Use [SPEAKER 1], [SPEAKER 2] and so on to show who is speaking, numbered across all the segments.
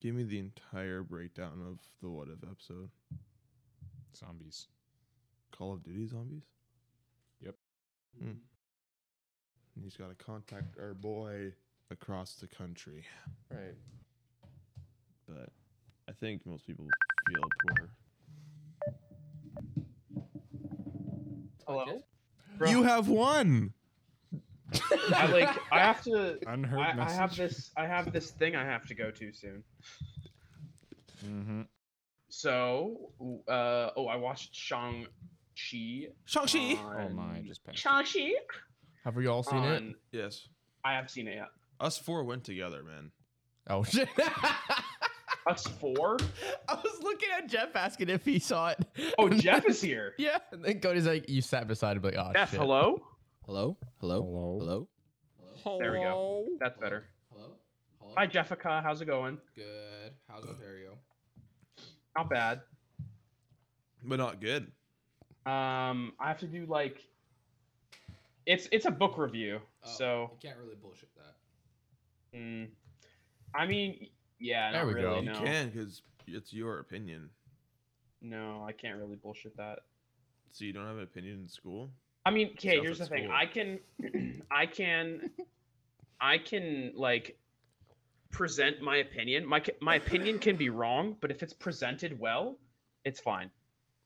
[SPEAKER 1] Give me the entire breakdown of the what if episode.
[SPEAKER 2] Zombies.
[SPEAKER 1] Call of Duty zombies?
[SPEAKER 2] Yep.
[SPEAKER 1] Hmm. And he's got to contact our boy across the country.
[SPEAKER 3] Right.
[SPEAKER 1] But I think most people feel poor.
[SPEAKER 3] Hello. Bro,
[SPEAKER 1] You have one!
[SPEAKER 3] I like. I have to.
[SPEAKER 2] Unheard
[SPEAKER 3] I, I
[SPEAKER 2] message.
[SPEAKER 3] have this. I have this thing I have to go to soon.
[SPEAKER 2] Mm-hmm.
[SPEAKER 3] So, uh, oh, I watched Shang Chi.
[SPEAKER 1] Shang-Chi!
[SPEAKER 3] Uh,
[SPEAKER 2] Oh my! I Just passed.
[SPEAKER 3] Shang Chi.
[SPEAKER 4] Have we all seen it?
[SPEAKER 3] On,
[SPEAKER 1] Yes.
[SPEAKER 3] I have seen it yet.
[SPEAKER 1] Us four went together, man.
[SPEAKER 4] Oh shit!
[SPEAKER 3] Us four.
[SPEAKER 4] I was looking at Jeff asking if he saw it.
[SPEAKER 3] Oh, Jeff is here.
[SPEAKER 4] Yeah, and then Cody's like, "You sat beside him, like, oh
[SPEAKER 3] Jeff,
[SPEAKER 4] shit."
[SPEAKER 3] hello.
[SPEAKER 5] Hello? Hello?
[SPEAKER 2] Hello.
[SPEAKER 5] Hello?
[SPEAKER 3] There we go. That's better.
[SPEAKER 5] Hello? Hello?
[SPEAKER 3] Hi, Jeffica. How's it going?
[SPEAKER 5] Good. How's Ontario?
[SPEAKER 3] Not bad.
[SPEAKER 1] But not good.
[SPEAKER 3] Um, I have to do like. It's it's a book review,
[SPEAKER 1] Oh.
[SPEAKER 3] so
[SPEAKER 5] you can't really bullshit that.
[SPEAKER 3] mm, I mean, yeah,
[SPEAKER 4] There
[SPEAKER 3] not
[SPEAKER 4] we go.
[SPEAKER 3] really.
[SPEAKER 1] You
[SPEAKER 3] Oh, No,
[SPEAKER 1] can because it's your opinion.
[SPEAKER 3] no, I can't really bullshit that.
[SPEAKER 1] So you don't have an opinion in school?
[SPEAKER 3] I mean, okay,
[SPEAKER 1] Sounds
[SPEAKER 3] here's the
[SPEAKER 1] like
[SPEAKER 3] thing.
[SPEAKER 1] school.
[SPEAKER 3] I can, I can, I can like present my opinion. My c- my opinion can be wrong, but if it's presented well, it's fine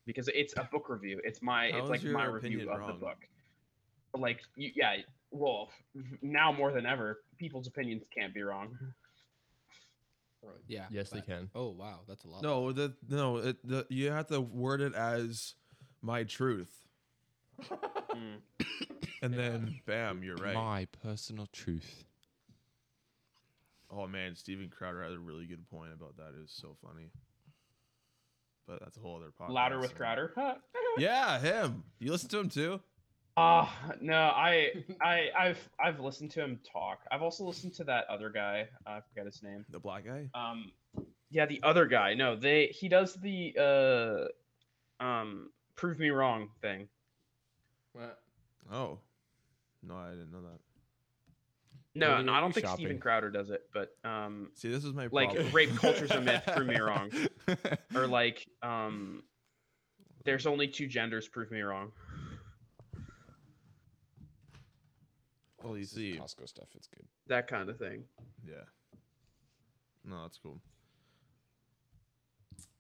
[SPEAKER 3] because it's a book review. It's my
[SPEAKER 1] How
[SPEAKER 3] it's
[SPEAKER 1] is
[SPEAKER 3] like
[SPEAKER 1] your
[SPEAKER 3] my review
[SPEAKER 1] opinion
[SPEAKER 3] of the
[SPEAKER 1] wrong?
[SPEAKER 3] book. But like, you, yeah, well, now more than ever, people's opinions can't be wrong.
[SPEAKER 5] Yeah.
[SPEAKER 4] Yes, they
[SPEAKER 5] but-
[SPEAKER 4] can.
[SPEAKER 5] Oh, wow. That's a lot.
[SPEAKER 1] No, the, no. It, the, you have to word it as my truth,
[SPEAKER 3] Mm.
[SPEAKER 1] and then bam, you're right.
[SPEAKER 2] My personal truth.
[SPEAKER 1] Oh man, Steven Crowder had a really good point about that. It was so funny. But that's a whole other podcast.
[SPEAKER 3] Louder with
[SPEAKER 1] so-
[SPEAKER 3] Crowder.
[SPEAKER 1] Yeah, him. You listen to him too?
[SPEAKER 3] Ah, no, I, I, I've, I've listened to him talk. I've also listened to that other guy. I forgot his name.
[SPEAKER 1] The black guy?
[SPEAKER 3] um yeah the other guy no they he does the uh um prove me wrong thing
[SPEAKER 1] Oh. No, I didn't know that.
[SPEAKER 3] no,
[SPEAKER 2] Maybe
[SPEAKER 3] no i don't think
[SPEAKER 2] shopping.
[SPEAKER 3] steven crowder does it but um
[SPEAKER 1] See, this is my
[SPEAKER 3] Like,
[SPEAKER 1] problem.
[SPEAKER 3] rape culture's a myth, prove me wrong. or like um there's only two genders prove me wrong
[SPEAKER 1] Well, you
[SPEAKER 2] This is
[SPEAKER 1] see.
[SPEAKER 2] Costco stuff. It's good.
[SPEAKER 3] that kind of thing
[SPEAKER 1] Yeah. No, that's cool.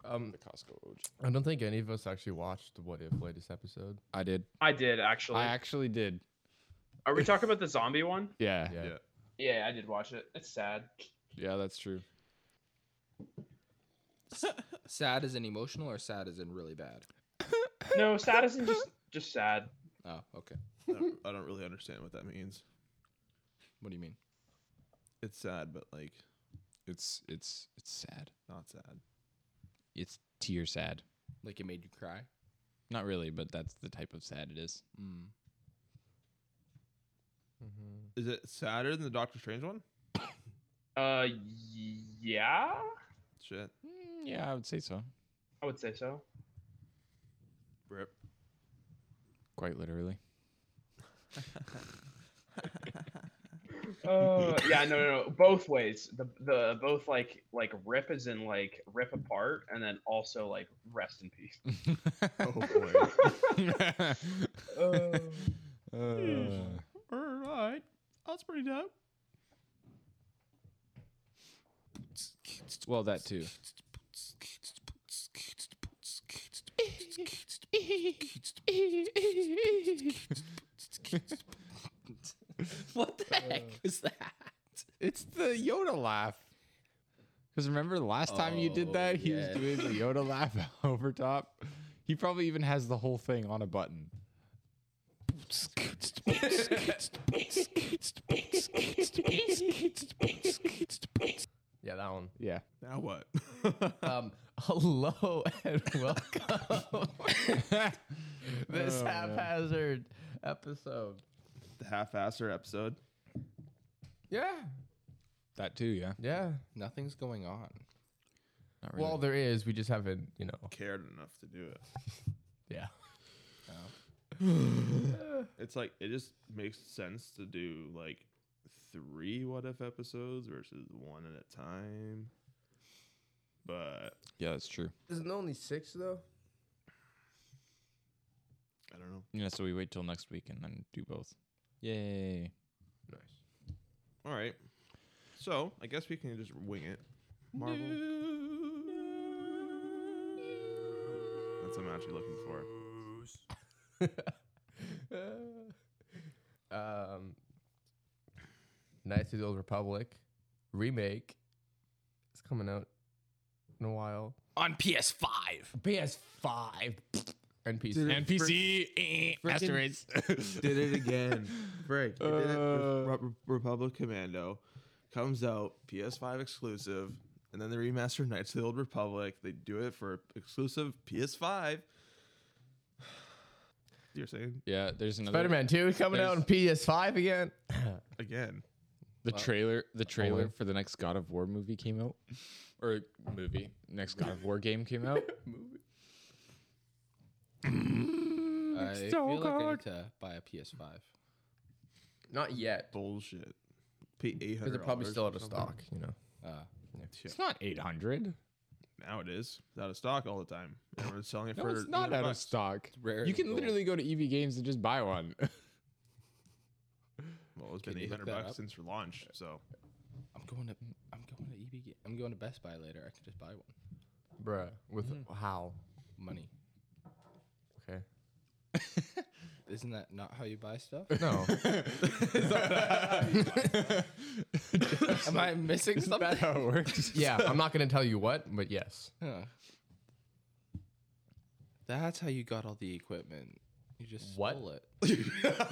[SPEAKER 4] Um,
[SPEAKER 2] The Costco OG.
[SPEAKER 4] I don't think any of us actually watched the What If latest episode.
[SPEAKER 2] I did.
[SPEAKER 3] i did actually
[SPEAKER 2] I actually did.
[SPEAKER 3] are we talking about the zombie one
[SPEAKER 2] Yeah.
[SPEAKER 4] Yeah.
[SPEAKER 1] Yeah.
[SPEAKER 3] yeah i did watch it it's sad
[SPEAKER 2] Yeah, that's true.
[SPEAKER 5] Sad as in emotional or sad as in really bad?
[SPEAKER 3] no sad isn't just just sad
[SPEAKER 5] Oh, okay.
[SPEAKER 1] I don't, I don't really understand what that means.
[SPEAKER 5] What do you mean?
[SPEAKER 1] It's sad, but like
[SPEAKER 2] It's it's it's sad.
[SPEAKER 1] not sad.
[SPEAKER 2] It's tear sad.
[SPEAKER 5] Like it made you cry?
[SPEAKER 2] Not really, but that's the type of sad it is.
[SPEAKER 5] Mm.
[SPEAKER 4] Mm-hmm.
[SPEAKER 1] Is it sadder than the Doctor Strange one?
[SPEAKER 3] uh yeah
[SPEAKER 1] Shit.
[SPEAKER 2] Mm, yeah, I would say so.
[SPEAKER 3] i would say so
[SPEAKER 1] Rip.
[SPEAKER 2] Quite literally.
[SPEAKER 3] Uh, yeah, no, no, no, both ways. The the both like like rip is in like rip apart, and then also like rest in peace.
[SPEAKER 1] Oh boy.
[SPEAKER 3] Oh.
[SPEAKER 2] Uh,
[SPEAKER 1] All right. That's pretty dope.
[SPEAKER 2] well, that too.
[SPEAKER 5] What the heck is that?
[SPEAKER 2] Uh, It's the Yoda laugh. Because remember last time you did
[SPEAKER 5] Oh,
[SPEAKER 2] that, he
[SPEAKER 5] yes.
[SPEAKER 2] was doing the Yoda laugh over top. He probably even has the whole thing on a button.
[SPEAKER 4] Yeah, that one.
[SPEAKER 2] Yeah.
[SPEAKER 1] Now what?
[SPEAKER 4] Um, hello and welcome. this
[SPEAKER 2] Oh, man.
[SPEAKER 4] haphazard episode.
[SPEAKER 1] the half-asser episode.
[SPEAKER 4] Yeah.
[SPEAKER 2] That too, yeah.
[SPEAKER 4] Yeah. Nothing's going on.
[SPEAKER 2] Not
[SPEAKER 4] Well, there is. We just haven't, you know.
[SPEAKER 1] Cared enough to do it.
[SPEAKER 4] Yeah.
[SPEAKER 1] It's like it just makes sense to do like three what if episodes versus one at a time. but
[SPEAKER 2] Yeah, that's true.
[SPEAKER 6] Isn't there only six though?
[SPEAKER 1] I don't know.
[SPEAKER 2] Yeah, so we wait till next week and then do both. Yay.
[SPEAKER 6] Nice.
[SPEAKER 1] All right. So I guess we can just wing it. Marvel. That's what I'm actually looking for.
[SPEAKER 4] um, Knights of the Old Republic remake. It's coming out in a while.
[SPEAKER 5] on PS5.
[SPEAKER 4] PS5 and PC.
[SPEAKER 2] NPC eh,
[SPEAKER 6] frickin-
[SPEAKER 2] asteroids.
[SPEAKER 1] Did it again.
[SPEAKER 6] Frick.
[SPEAKER 1] They did it.
[SPEAKER 2] Uh.
[SPEAKER 1] Re- Re- Republic Commando comes out PS5 exclusive, and then they remaster Knights of the Old Republic. They do it for exclusive PS5. You're saying
[SPEAKER 2] yeah, there's another
[SPEAKER 4] Spider Man 2 coming out on PS5 again.
[SPEAKER 1] again?
[SPEAKER 2] The
[SPEAKER 4] Wow.
[SPEAKER 2] trailer, the trailer
[SPEAKER 4] Only.
[SPEAKER 2] for the next God of War movie came out, or movie next God of War game came out. Mm,
[SPEAKER 5] I feel like I need to buy a PS5.
[SPEAKER 4] Not yet.
[SPEAKER 1] Bullshit. Pay eight
[SPEAKER 4] Because
[SPEAKER 1] hundred.
[SPEAKER 4] they're probably still out of stock, you know.
[SPEAKER 5] Uh,
[SPEAKER 2] It's not eight hundred.
[SPEAKER 1] Now it is. It's out of stock all the time. Everyone's selling it
[SPEAKER 2] No,
[SPEAKER 1] for.
[SPEAKER 2] it's not
[SPEAKER 1] 800
[SPEAKER 2] out of
[SPEAKER 1] bucks.
[SPEAKER 2] stock.
[SPEAKER 5] rare
[SPEAKER 2] You
[SPEAKER 5] and
[SPEAKER 2] can
[SPEAKER 5] gold.
[SPEAKER 2] literally go to EV Games and just buy one.
[SPEAKER 1] Well, it's
[SPEAKER 5] Can
[SPEAKER 1] been
[SPEAKER 5] you
[SPEAKER 1] eight
[SPEAKER 5] look
[SPEAKER 1] hundred
[SPEAKER 5] that
[SPEAKER 1] bucks
[SPEAKER 5] up?
[SPEAKER 1] since launch. So
[SPEAKER 5] I'm going to I'm going to EB. Ga- I'm going to Best Buy later. I can just buy one.
[SPEAKER 4] Bruh. With
[SPEAKER 5] Mm-hmm.
[SPEAKER 4] how?
[SPEAKER 5] Money.
[SPEAKER 4] Okay.
[SPEAKER 5] Isn't that not how you buy stuff?
[SPEAKER 4] No.
[SPEAKER 5] Am I missing
[SPEAKER 2] Isn't
[SPEAKER 5] something?
[SPEAKER 2] that how it works?
[SPEAKER 4] yeah, I'm not going to tell you what, but yes.
[SPEAKER 5] Huh. That's how you got all the equipment. You just
[SPEAKER 4] What?
[SPEAKER 5] stole it.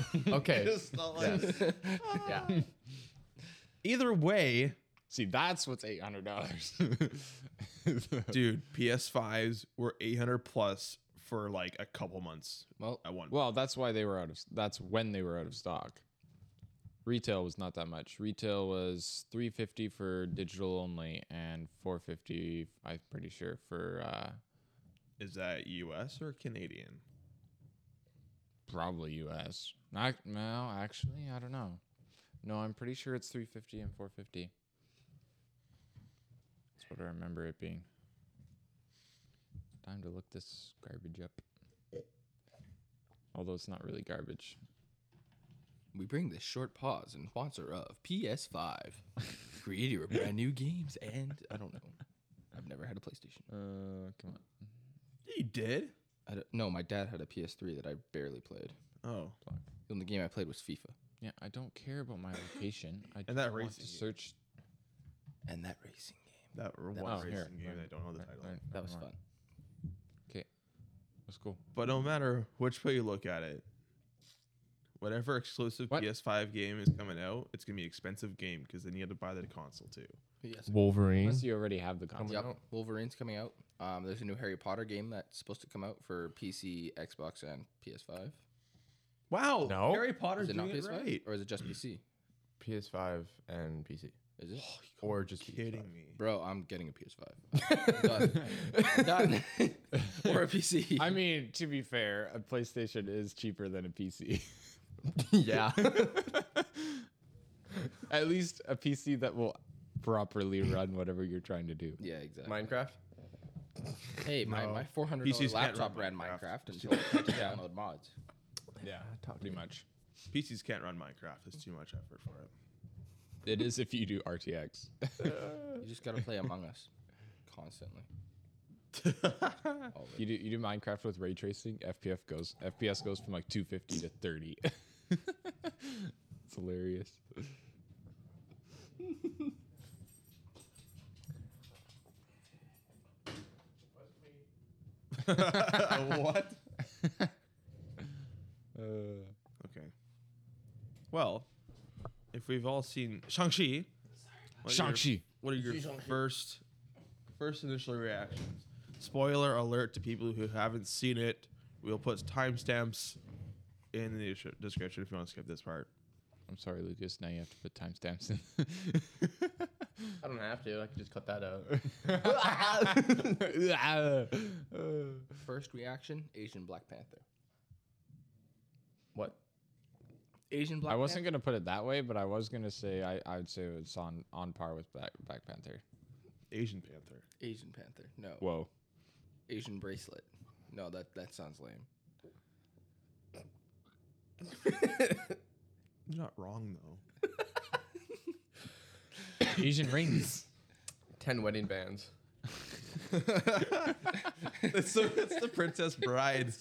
[SPEAKER 4] Okay.
[SPEAKER 5] Yes.
[SPEAKER 4] yeah.
[SPEAKER 1] either way,
[SPEAKER 2] See, that's what's eight hundred dollars.
[SPEAKER 1] dude, PS5s were eight hundred plus for like a couple months
[SPEAKER 5] well,
[SPEAKER 1] at one.
[SPEAKER 2] Well, that's why they were out of. That's when they were out of stock. Retail was not that much. Retail was three fifty for digital only, and four fifty. I'm pretty sure for uh,
[SPEAKER 1] Is that U.S. or Canadian?
[SPEAKER 2] probably U.S. Not no, actually, I don't know. No, I'm pretty sure it's three fifty and four fifty. That's what I remember it being. Time to look this garbage up. Although it's not really garbage.
[SPEAKER 5] we bring this short pause and sponsor of PS5. Create your brand new games and I don't know. I've never had a PlayStation.
[SPEAKER 2] Uh, come on.
[SPEAKER 1] You did.
[SPEAKER 5] I don't, no, my dad had a PS3 that I barely played.
[SPEAKER 1] Oh,
[SPEAKER 5] The only game I played was FIFA,
[SPEAKER 2] Yeah, I don't care about my location. I
[SPEAKER 1] And that
[SPEAKER 2] just want
[SPEAKER 1] racing game.
[SPEAKER 2] to search.
[SPEAKER 5] and that racing game.
[SPEAKER 1] that r-
[SPEAKER 5] That
[SPEAKER 1] one
[SPEAKER 5] was
[SPEAKER 1] racing
[SPEAKER 2] here.
[SPEAKER 1] game. I don't know the
[SPEAKER 2] Alright,
[SPEAKER 1] title.
[SPEAKER 2] alright,
[SPEAKER 5] That
[SPEAKER 2] never
[SPEAKER 5] was
[SPEAKER 2] mind.
[SPEAKER 5] fun.
[SPEAKER 2] That's cool.
[SPEAKER 1] But no matter which way you look at it, whatever exclusive
[SPEAKER 2] What?
[SPEAKER 1] PS5 game is coming out, it's gonna be an expensive game because then you have to buy the console too.
[SPEAKER 5] Yes.
[SPEAKER 4] Wolverine.
[SPEAKER 2] Unless you already have the console.
[SPEAKER 5] Yep. Wolverine's coming out. Um, there's a new Harry Potter game that's supposed to come out for PC, Xbox, and PS5.
[SPEAKER 1] Wow.
[SPEAKER 4] No.
[SPEAKER 1] Harry Potter's
[SPEAKER 5] Is it
[SPEAKER 1] doing
[SPEAKER 5] not
[SPEAKER 1] it
[SPEAKER 5] PS5
[SPEAKER 1] right.
[SPEAKER 5] or is it just PC?
[SPEAKER 4] PS5 and PC.
[SPEAKER 5] Is it?
[SPEAKER 2] Oh,
[SPEAKER 4] Or just
[SPEAKER 1] Kidding me.
[SPEAKER 5] Bro, I'm getting a PS5. Done. Done. or a PC.
[SPEAKER 2] I mean, to be fair, a PlayStation is cheaper than a PC.
[SPEAKER 4] yeah.
[SPEAKER 2] At least a PC that will properly run whatever you're trying to do.
[SPEAKER 5] yeah, exactly.
[SPEAKER 4] Minecraft?
[SPEAKER 5] hey, my,
[SPEAKER 1] No.
[SPEAKER 5] my 400
[SPEAKER 1] PCs can't
[SPEAKER 5] laptop
[SPEAKER 1] run
[SPEAKER 5] ran
[SPEAKER 1] Minecraft.
[SPEAKER 5] Minecraft until I had to download mods.
[SPEAKER 2] Yeah, pretty much.
[SPEAKER 1] PCs can't run Minecraft. It's too much effort for it.
[SPEAKER 2] It is if you do RTX.
[SPEAKER 5] You just gotta play Among Us constantly. Always.
[SPEAKER 2] you do you do Minecraft with ray tracing, FPF goes FPS goes from like 250 to 30. it's hilarious.
[SPEAKER 1] what?
[SPEAKER 2] Uh,
[SPEAKER 1] Okay. Well, if we've all seen Shang-Chi, what are your-
[SPEAKER 2] Shang-Chi.
[SPEAKER 1] what are your first first initial reactions? Spoiler alert to people who haven't seen it. We'll put timestamps in the descri- description if you want to skip this part.
[SPEAKER 2] I'm sorry, Lucas. Now you have to put timestamps in.
[SPEAKER 4] I don't have to. I can just cut that out.
[SPEAKER 5] First reaction Asian Black Panther.
[SPEAKER 4] what?
[SPEAKER 5] Asian Black
[SPEAKER 2] I wasn't gonna put it that way, but I was gonna say I, I would say it's on on par with Black, Black Panther.
[SPEAKER 1] Asian Panther.
[SPEAKER 5] Asian Panther. No.
[SPEAKER 2] Whoa.
[SPEAKER 5] Asian bracelet. No, that that sounds lame.
[SPEAKER 1] You're not wrong though.
[SPEAKER 2] Asian rings.
[SPEAKER 4] Ten wedding bands.
[SPEAKER 1] it's, the, it's the Princess Bride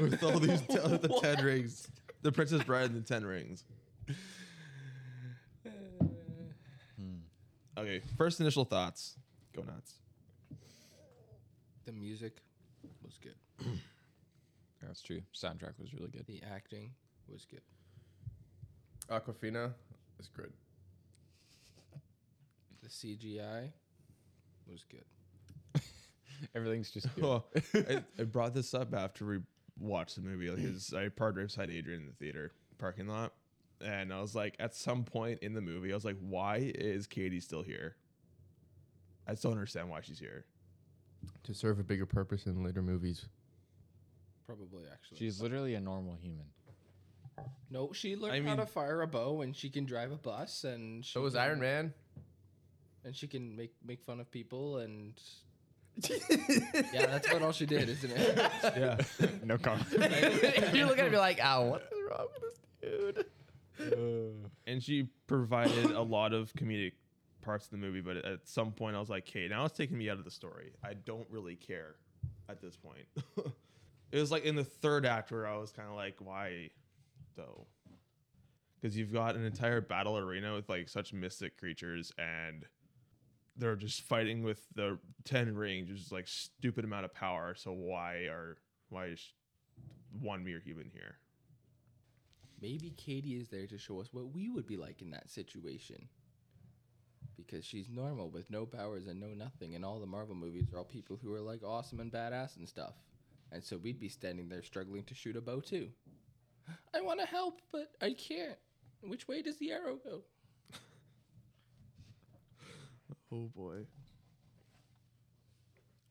[SPEAKER 1] with all these t- the ten rings. The Princess Bride and the ten rings. Okay, first initial thoughts. Go nuts.
[SPEAKER 5] The music was good.
[SPEAKER 2] That's true. Soundtrack was really good.
[SPEAKER 5] The acting was good.
[SPEAKER 4] Aquafina is good.
[SPEAKER 5] The CGI was good.
[SPEAKER 2] Everything's just good.
[SPEAKER 1] Oh, I, I brought this up after we watched the movie. Like, is I parked right beside Adrian in the theater parking lot, and I was like, at some point in the movie, I was like, why is Katie still here? I still don't understand why she's here.
[SPEAKER 4] To serve a bigger purpose in later movies.
[SPEAKER 5] Probably actually.
[SPEAKER 2] She's literally a normal human.
[SPEAKER 5] no, she learned
[SPEAKER 1] I
[SPEAKER 5] how to
[SPEAKER 1] mean-
[SPEAKER 5] fire a bow and she can drive a bus and she
[SPEAKER 4] So was
[SPEAKER 5] can-
[SPEAKER 4] Iron Man.
[SPEAKER 5] and she can make make fun of people and yeah, that's about all she did, isn't it?
[SPEAKER 1] Yeah.
[SPEAKER 2] No comment.
[SPEAKER 4] You're looking at me like, ow, what is wrong with this dude? Uh,
[SPEAKER 1] and she provided a lot of comedic parts of the movie but at some point i was like okay now it's taking me out of the story i don't really care at this point it was like in the third act where i was kind of like why though because you've got an entire battle arena with like such mystic creatures and they're just fighting with the 10 rings just like stupid amount of power so why are why is one mere human here
[SPEAKER 5] Maybe Katie is there to show us what we would be like in that situation. Because she's normal with no powers and no nothing, and all the Marvel movies are all people who are like awesome and badass and stuff. And so we'd be standing there struggling to shoot a bow too. I want to help, but I can't. Which way does the arrow go?
[SPEAKER 1] Oh boy.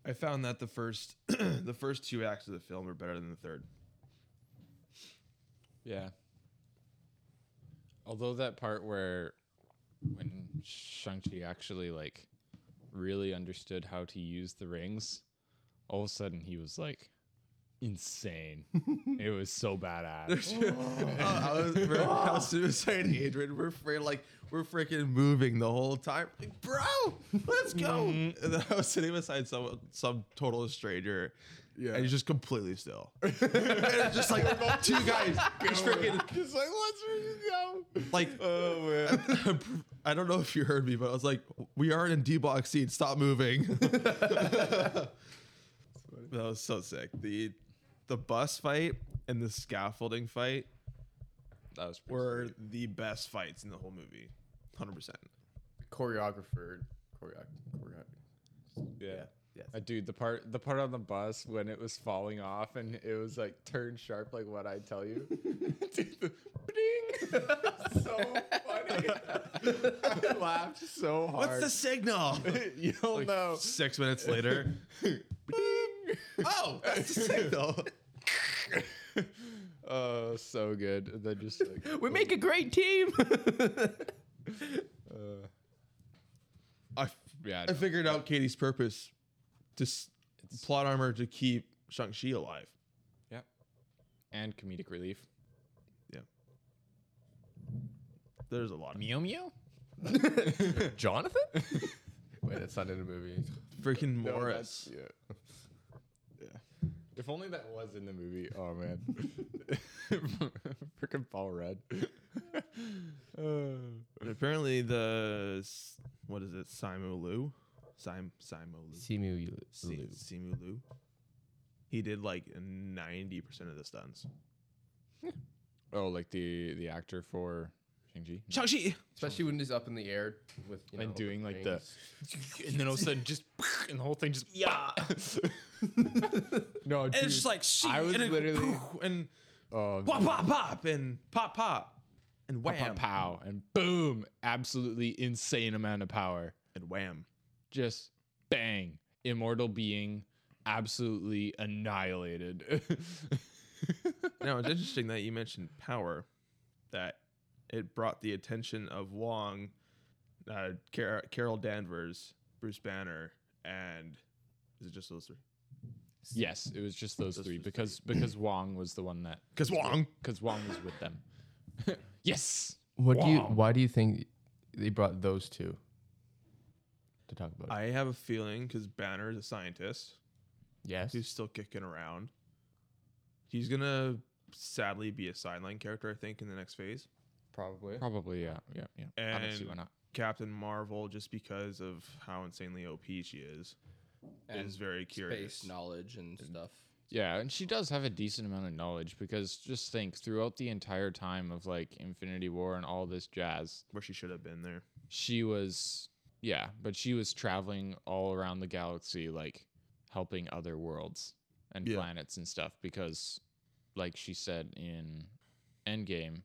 [SPEAKER 1] I found that the first the first two acts of the film are better than the third.
[SPEAKER 2] Yeah. Although that part where when Shang-Chi actually like really understood how to use the rings, all of a sudden he was like insane. it was so badass.
[SPEAKER 1] I was, we're, I was suicide Adrian. We're afraid, like we're freaking moving the whole time. Like, bro, let's go. And then I was sitting beside some some total stranger. Yeah. And he's just completely still. and it's just like oh, two guys just freaking
[SPEAKER 4] Just like, let's go.
[SPEAKER 1] like oh man i don't know if you heard me but i was like we are in d-box seats stop moving that was so sick the the bus fight and the scaffolding fight
[SPEAKER 2] That was pretty
[SPEAKER 1] were the best fights in the whole movie 100%
[SPEAKER 4] Choreographer. Choreographer. Choreographer.
[SPEAKER 2] sweet. yeah.
[SPEAKER 4] Yes.
[SPEAKER 2] Uh, dude, the part the part on the bus when it was falling off and it was like turned sharp like what I tell you. Dude, the bling. so funny. I laughed so
[SPEAKER 1] what's
[SPEAKER 2] hard.
[SPEAKER 1] the signal
[SPEAKER 2] you
[SPEAKER 4] Oh,
[SPEAKER 2] don't know.
[SPEAKER 1] six minutes later oh that's the signal
[SPEAKER 2] Oh, so good. And then just like
[SPEAKER 4] We make a great team.
[SPEAKER 2] oh,
[SPEAKER 1] i
[SPEAKER 2] yeah,
[SPEAKER 1] I figured out Katie's purpose to s- plot armor to keep Shang-Chi alive.
[SPEAKER 2] yeah. And comedic relief.
[SPEAKER 1] There's a lot of
[SPEAKER 2] Meow meow. uh,
[SPEAKER 4] Jonathan? Wait, that's not in a movie.
[SPEAKER 1] freaking Morris.
[SPEAKER 2] yeah. Yeah. If only that was in the movie. Oh man. Freaking Paul Rudd. Uh,
[SPEAKER 1] And apparently the s- what is it? Simu Lu? Sim Simu Lu.
[SPEAKER 4] Simu you
[SPEAKER 1] Si- Simu Lu. He did like 90% of the stunts.
[SPEAKER 2] oh, like the the actor for Shang-Chi?
[SPEAKER 1] Shang-Chi.
[SPEAKER 4] Especially when he's up in the air with you know,
[SPEAKER 2] and doing like the
[SPEAKER 4] rings.
[SPEAKER 2] and then all of a sudden just and the whole thing just
[SPEAKER 1] Yeah.
[SPEAKER 2] no
[SPEAKER 1] And it's just like she
[SPEAKER 2] I was
[SPEAKER 1] and it-
[SPEAKER 2] literally-
[SPEAKER 1] and
[SPEAKER 2] oh,
[SPEAKER 1] pop pop pop and pop pop and
[SPEAKER 2] pow,
[SPEAKER 1] wham
[SPEAKER 2] pow, pow and boom absolutely insane amount of power
[SPEAKER 1] and wham.
[SPEAKER 2] just bang immortal being absolutely annihilated
[SPEAKER 1] now it's interesting that you mentioned power that it brought the attention of wong uh, Car- carol danvers Bruce Banner, and is it just those three?
[SPEAKER 2] Yes, it was just those
[SPEAKER 1] Those
[SPEAKER 2] three
[SPEAKER 1] was three.
[SPEAKER 2] because because Wong was the one that
[SPEAKER 1] Because Wong.
[SPEAKER 2] because Wong was with them. yes,
[SPEAKER 4] What do you?
[SPEAKER 1] Wow.
[SPEAKER 4] Why do you think they brought those two to talk about? it?
[SPEAKER 1] I have a feeling because Banner is a scientist
[SPEAKER 4] yes.
[SPEAKER 1] who's still kicking around. He's gonna sadly be a sideline character, I think, in the next phase.
[SPEAKER 5] Probably.
[SPEAKER 2] probably yeah, yeah, yeah. I don't see why
[SPEAKER 1] And-
[SPEAKER 2] not.
[SPEAKER 1] Captain Marvel, just because of how insanely OP she is,
[SPEAKER 5] And
[SPEAKER 1] is very curious.
[SPEAKER 5] space knowledge and stuff.
[SPEAKER 2] Yeah, and she does have a decent amount of knowledge because just think throughout the entire time of like Infinity War and all this jazz,
[SPEAKER 1] Where she should have been there.
[SPEAKER 2] she was yeah, but she was traveling all around the galaxy like helping other worlds and
[SPEAKER 1] Yeah.
[SPEAKER 2] planets and stuff because like she said in Endgame,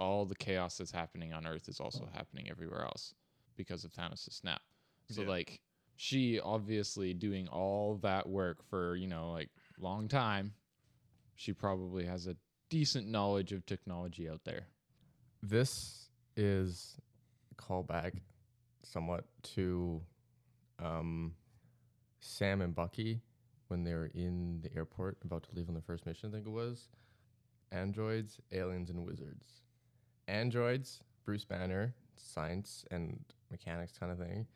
[SPEAKER 2] all the chaos that's happening on Earth is also happening everywhere else because of Thanos' snap. So
[SPEAKER 1] Yeah.
[SPEAKER 2] like she obviously doing all that work for, you know, like long time, she probably has a decent knowledge of technology out there.
[SPEAKER 4] this is a callback somewhat to um, Sam and Bucky when they were in the airport about to leave on the first mission, I think it was. Androids, aliens, and wizards. Androids, Bruce Banner, science and mechanics kind of thing.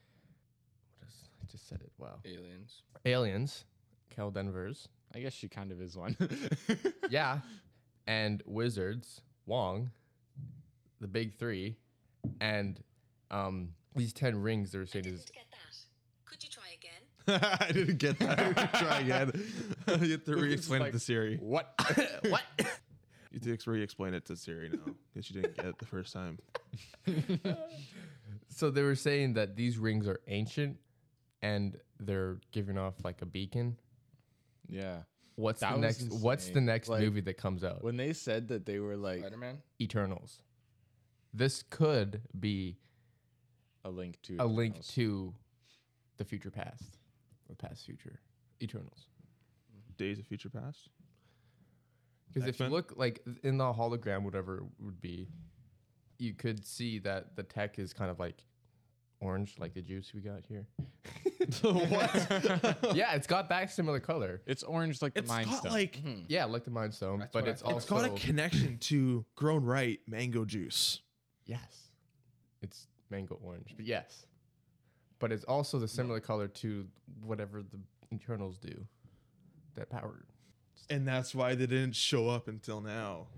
[SPEAKER 4] What is, I just said it. Wow.
[SPEAKER 5] Aliens.
[SPEAKER 4] Aliens, Cal Denvers.
[SPEAKER 2] I guess she kind of is one.
[SPEAKER 4] yeah. And Wizards, Wong, the big three, and um, these 10 rings they were
[SPEAKER 6] I
[SPEAKER 4] saying is
[SPEAKER 6] didn't get that. Could you try again?
[SPEAKER 1] I didn't get that. Try again. you have to re-explain it to Siri.
[SPEAKER 2] What?
[SPEAKER 4] what?
[SPEAKER 1] You have to ex- re-explain it to Siri now because she didn't get it the first time.
[SPEAKER 4] So they were saying that these rings are ancient and they're giving off like a beacon.
[SPEAKER 2] Yeah.
[SPEAKER 4] What's
[SPEAKER 2] That
[SPEAKER 4] the
[SPEAKER 2] was
[SPEAKER 4] next what's the
[SPEAKER 2] insane.
[SPEAKER 4] next
[SPEAKER 2] Like,
[SPEAKER 4] movie that comes out?
[SPEAKER 2] When they said that they were like
[SPEAKER 5] Spider Man.
[SPEAKER 4] Eternals. This could be
[SPEAKER 2] a link to
[SPEAKER 4] a link
[SPEAKER 2] Thanos.
[SPEAKER 4] to the future past. The past future. Eternals.
[SPEAKER 1] Days of Future Past.
[SPEAKER 4] Because if you
[SPEAKER 1] X-Men?
[SPEAKER 4] look like th- in the hologram, whatever it would be, you could see that the tech is kind of like orange, like the juice we got here.
[SPEAKER 1] what?
[SPEAKER 4] yeah, it's got that similar color.
[SPEAKER 2] It's orange like
[SPEAKER 1] It's
[SPEAKER 2] the Mind Mhm.
[SPEAKER 1] got
[SPEAKER 2] Stone.
[SPEAKER 1] like
[SPEAKER 4] Yeah, like the Mind Stone,
[SPEAKER 5] That's
[SPEAKER 4] but
[SPEAKER 5] what I
[SPEAKER 4] it's
[SPEAKER 5] thought.
[SPEAKER 4] also
[SPEAKER 1] it's got a connection to grown right mango juice.
[SPEAKER 4] yes, it's mango orange, but yes, but it's also the similar color to whatever the internals do, that power.
[SPEAKER 1] And that's why they didn't show up until now.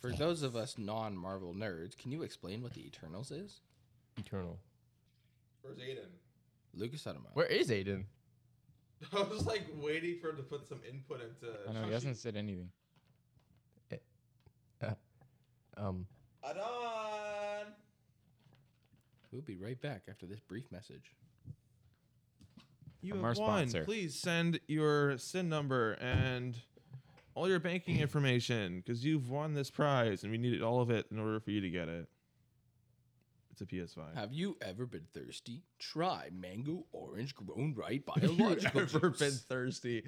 [SPEAKER 5] For those of us non Marvel nerds, can you explain what the Eternals is?
[SPEAKER 4] Eternal.
[SPEAKER 1] Where's Aiden?
[SPEAKER 5] Lucas Adamant.
[SPEAKER 4] Where is Aiden?
[SPEAKER 1] I was like waiting for him to put some input into.
[SPEAKER 2] I know he hasn't said anything.
[SPEAKER 4] Um,
[SPEAKER 1] Adon.
[SPEAKER 5] We'll be right back after this brief message.
[SPEAKER 1] You
[SPEAKER 2] From
[SPEAKER 1] have
[SPEAKER 2] our
[SPEAKER 1] won.
[SPEAKER 2] sponsor.
[SPEAKER 1] Please send your SIN number and all your banking information because you've won this prize and we needed all of it in order for you to get it. It's a PS5.
[SPEAKER 5] Have you ever been thirsty? Try mango orange grown right by a
[SPEAKER 1] Have you
[SPEAKER 5] logical
[SPEAKER 1] ever
[SPEAKER 5] juice.
[SPEAKER 1] been thirsty?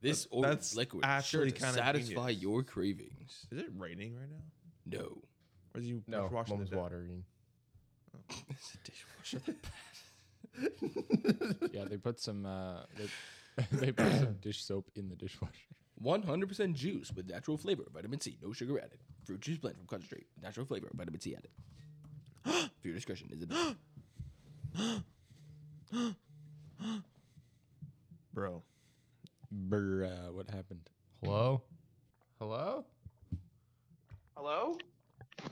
[SPEAKER 5] This
[SPEAKER 1] Th-
[SPEAKER 5] orange
[SPEAKER 1] that's
[SPEAKER 5] liquid is sure
[SPEAKER 1] actually
[SPEAKER 5] to
[SPEAKER 1] kinda
[SPEAKER 5] satisfy
[SPEAKER 1] genius.
[SPEAKER 5] your cravings.
[SPEAKER 1] Is it raining right now?
[SPEAKER 5] No,
[SPEAKER 1] Or is you
[SPEAKER 4] no,
[SPEAKER 1] just washing the
[SPEAKER 4] oh, mom's
[SPEAKER 1] di-
[SPEAKER 4] watering.
[SPEAKER 5] it's a dishwasher. that
[SPEAKER 2] Yeah, they put some uh they, they put some dish soap in the dishwasher.
[SPEAKER 5] 100% juice with natural flavor, vitamin C, no sugar added. Fruit juice blend from concentrate, natural flavor, vitamin C added. For your discretion is it?
[SPEAKER 1] Bro.
[SPEAKER 2] Bruh, what happened?
[SPEAKER 4] Hello, hello.
[SPEAKER 3] Hello?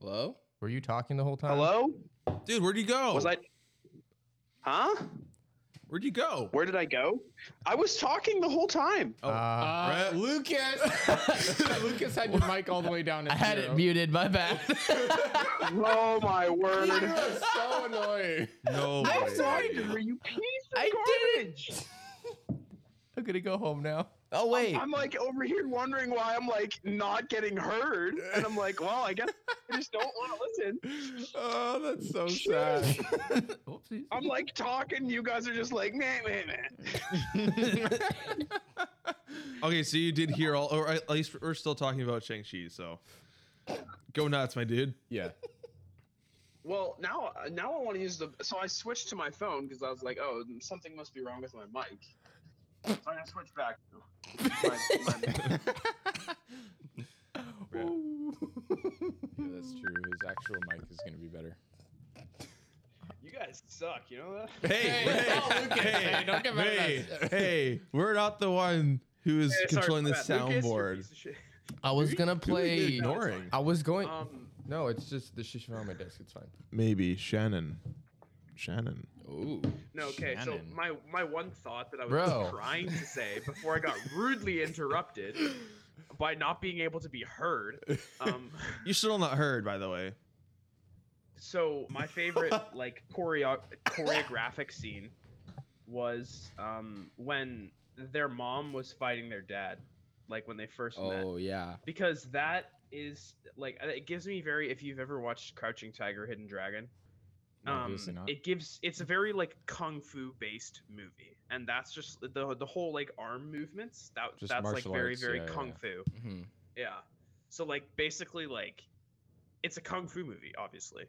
[SPEAKER 5] Hello?
[SPEAKER 4] Were you talking the whole time?
[SPEAKER 3] Hello?
[SPEAKER 1] Dude, where'd you go?
[SPEAKER 3] Was I Huh?
[SPEAKER 1] Where'd you go?
[SPEAKER 3] Where did I go? I was talking the whole time.
[SPEAKER 1] Oh,
[SPEAKER 2] Uh,
[SPEAKER 1] Brett.
[SPEAKER 2] Lucas, Lucas had your mic all the way down.
[SPEAKER 4] I had it muted. My bad.
[SPEAKER 3] Oh my word.
[SPEAKER 2] That's so annoying.
[SPEAKER 1] No. way.
[SPEAKER 3] I'm sorry, Denver, you piece of
[SPEAKER 4] I
[SPEAKER 3] garbage.
[SPEAKER 4] I'm gonna go home now. Oh wait.
[SPEAKER 3] I'm like over here wondering why I'm like not getting heard. And I'm like, well, I guess I just don't want to listen.
[SPEAKER 2] Oh, that's so sad.
[SPEAKER 4] Oopsies.
[SPEAKER 3] I'm like talking, you guys are just like, man, man, man.
[SPEAKER 1] Okay, so you did hear all, or at least we're still talking about Shang Chi. So, go nuts, my dude.
[SPEAKER 2] yeah.
[SPEAKER 3] Well, now now I want to use the. So I switched to my phone because I was like, oh, something must be wrong with my mic. So I'm gonna switch back. to my-
[SPEAKER 2] Yeah, that's true. His actual mic is gonna be better.
[SPEAKER 3] my- you guys suck. You know that.
[SPEAKER 1] Hey, hey, hey, hey,
[SPEAKER 2] don't get mad at
[SPEAKER 1] hey, we're not the one who is
[SPEAKER 3] Hey, sorry
[SPEAKER 1] controlling
[SPEAKER 3] for
[SPEAKER 1] the
[SPEAKER 3] that. Lucas, you
[SPEAKER 1] soundboard.
[SPEAKER 3] piece of shit.
[SPEAKER 4] I was gonna play.
[SPEAKER 1] Ignoring.
[SPEAKER 4] I was going.
[SPEAKER 3] Um,
[SPEAKER 4] no, it's just the shish on my desk. It's fine.
[SPEAKER 1] Maybe Shannon. Shannon.
[SPEAKER 5] Ooh.
[SPEAKER 3] no, okay.
[SPEAKER 2] Shannon.
[SPEAKER 3] So my my one thought that I was
[SPEAKER 4] Bro.
[SPEAKER 3] trying to say before I got rudely interrupted by not being able to be heard. Um,
[SPEAKER 1] You still not heard, by the way.
[SPEAKER 3] so my favorite like choreo- choreographic scene was um, when their mom was fighting their dad, like when they first met.
[SPEAKER 5] Oh yeah.
[SPEAKER 3] because that is like it gives me very if you've ever watched crouching tiger hidden dragon um
[SPEAKER 2] Obviously not.
[SPEAKER 3] it gives it's a very like kung fu based movie and that's just the the whole like arm movements that
[SPEAKER 2] Just
[SPEAKER 3] that's like
[SPEAKER 2] martial
[SPEAKER 3] very
[SPEAKER 2] arts,
[SPEAKER 3] very
[SPEAKER 2] yeah,
[SPEAKER 3] kung
[SPEAKER 2] yeah.
[SPEAKER 3] fu
[SPEAKER 5] hmm
[SPEAKER 3] yeah so like basically like it's a kung fu movie obviously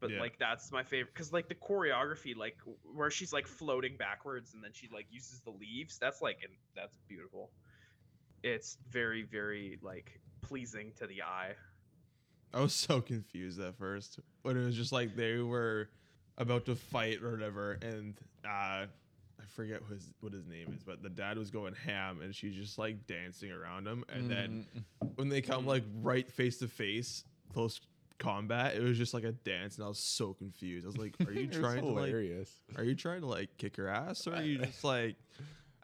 [SPEAKER 3] but
[SPEAKER 1] Yeah.
[SPEAKER 3] like that's my favorite because like the choreography like where she's like floating backwards and then she like uses the leaves that's like and that's beautiful it's very very like pleasing to the eye
[SPEAKER 1] I was so confused at first when it was just like they were about to fight or whatever, and uh, I forget what his, what his name is, but the dad was going ham, and she's just like dancing around him, and then
[SPEAKER 2] Mm.
[SPEAKER 1] when they come like right face to face, close combat, it was just like a dance, and I was so confused. I was like, "Are you trying to like?
[SPEAKER 2] hilarious.
[SPEAKER 1] Are you trying to like kick her ass, or are you just like?"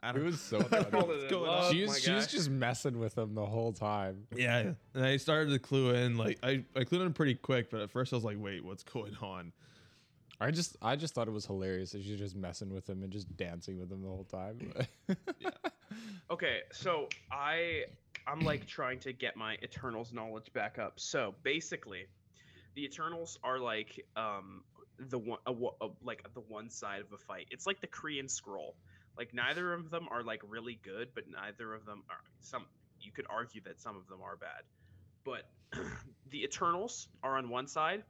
[SPEAKER 1] I
[SPEAKER 2] It
[SPEAKER 1] don't
[SPEAKER 2] was so
[SPEAKER 1] I don't know
[SPEAKER 2] funny.
[SPEAKER 1] what's going
[SPEAKER 3] Oh,
[SPEAKER 1] on.
[SPEAKER 2] she
[SPEAKER 3] my
[SPEAKER 2] was she was
[SPEAKER 3] gosh.
[SPEAKER 2] just messing with him the whole time.
[SPEAKER 1] Yeah, and I started to clue in. Like I, I clued in pretty quick, but at first I was like, "Wait, what's going on?"
[SPEAKER 2] I just I just thought it was hilarious that she was just messing with him and just dancing with him the whole time.
[SPEAKER 3] Okay, so I I'm like trying to get my Eternals knowledge back up. So basically, the Eternals are like um the one a, wo- a, like the one side of a fight. It's like the Korean Scroll. Like neither of them are like really good, but neither of them are some. You could argue that some of them are bad, but the Eternals are on one side,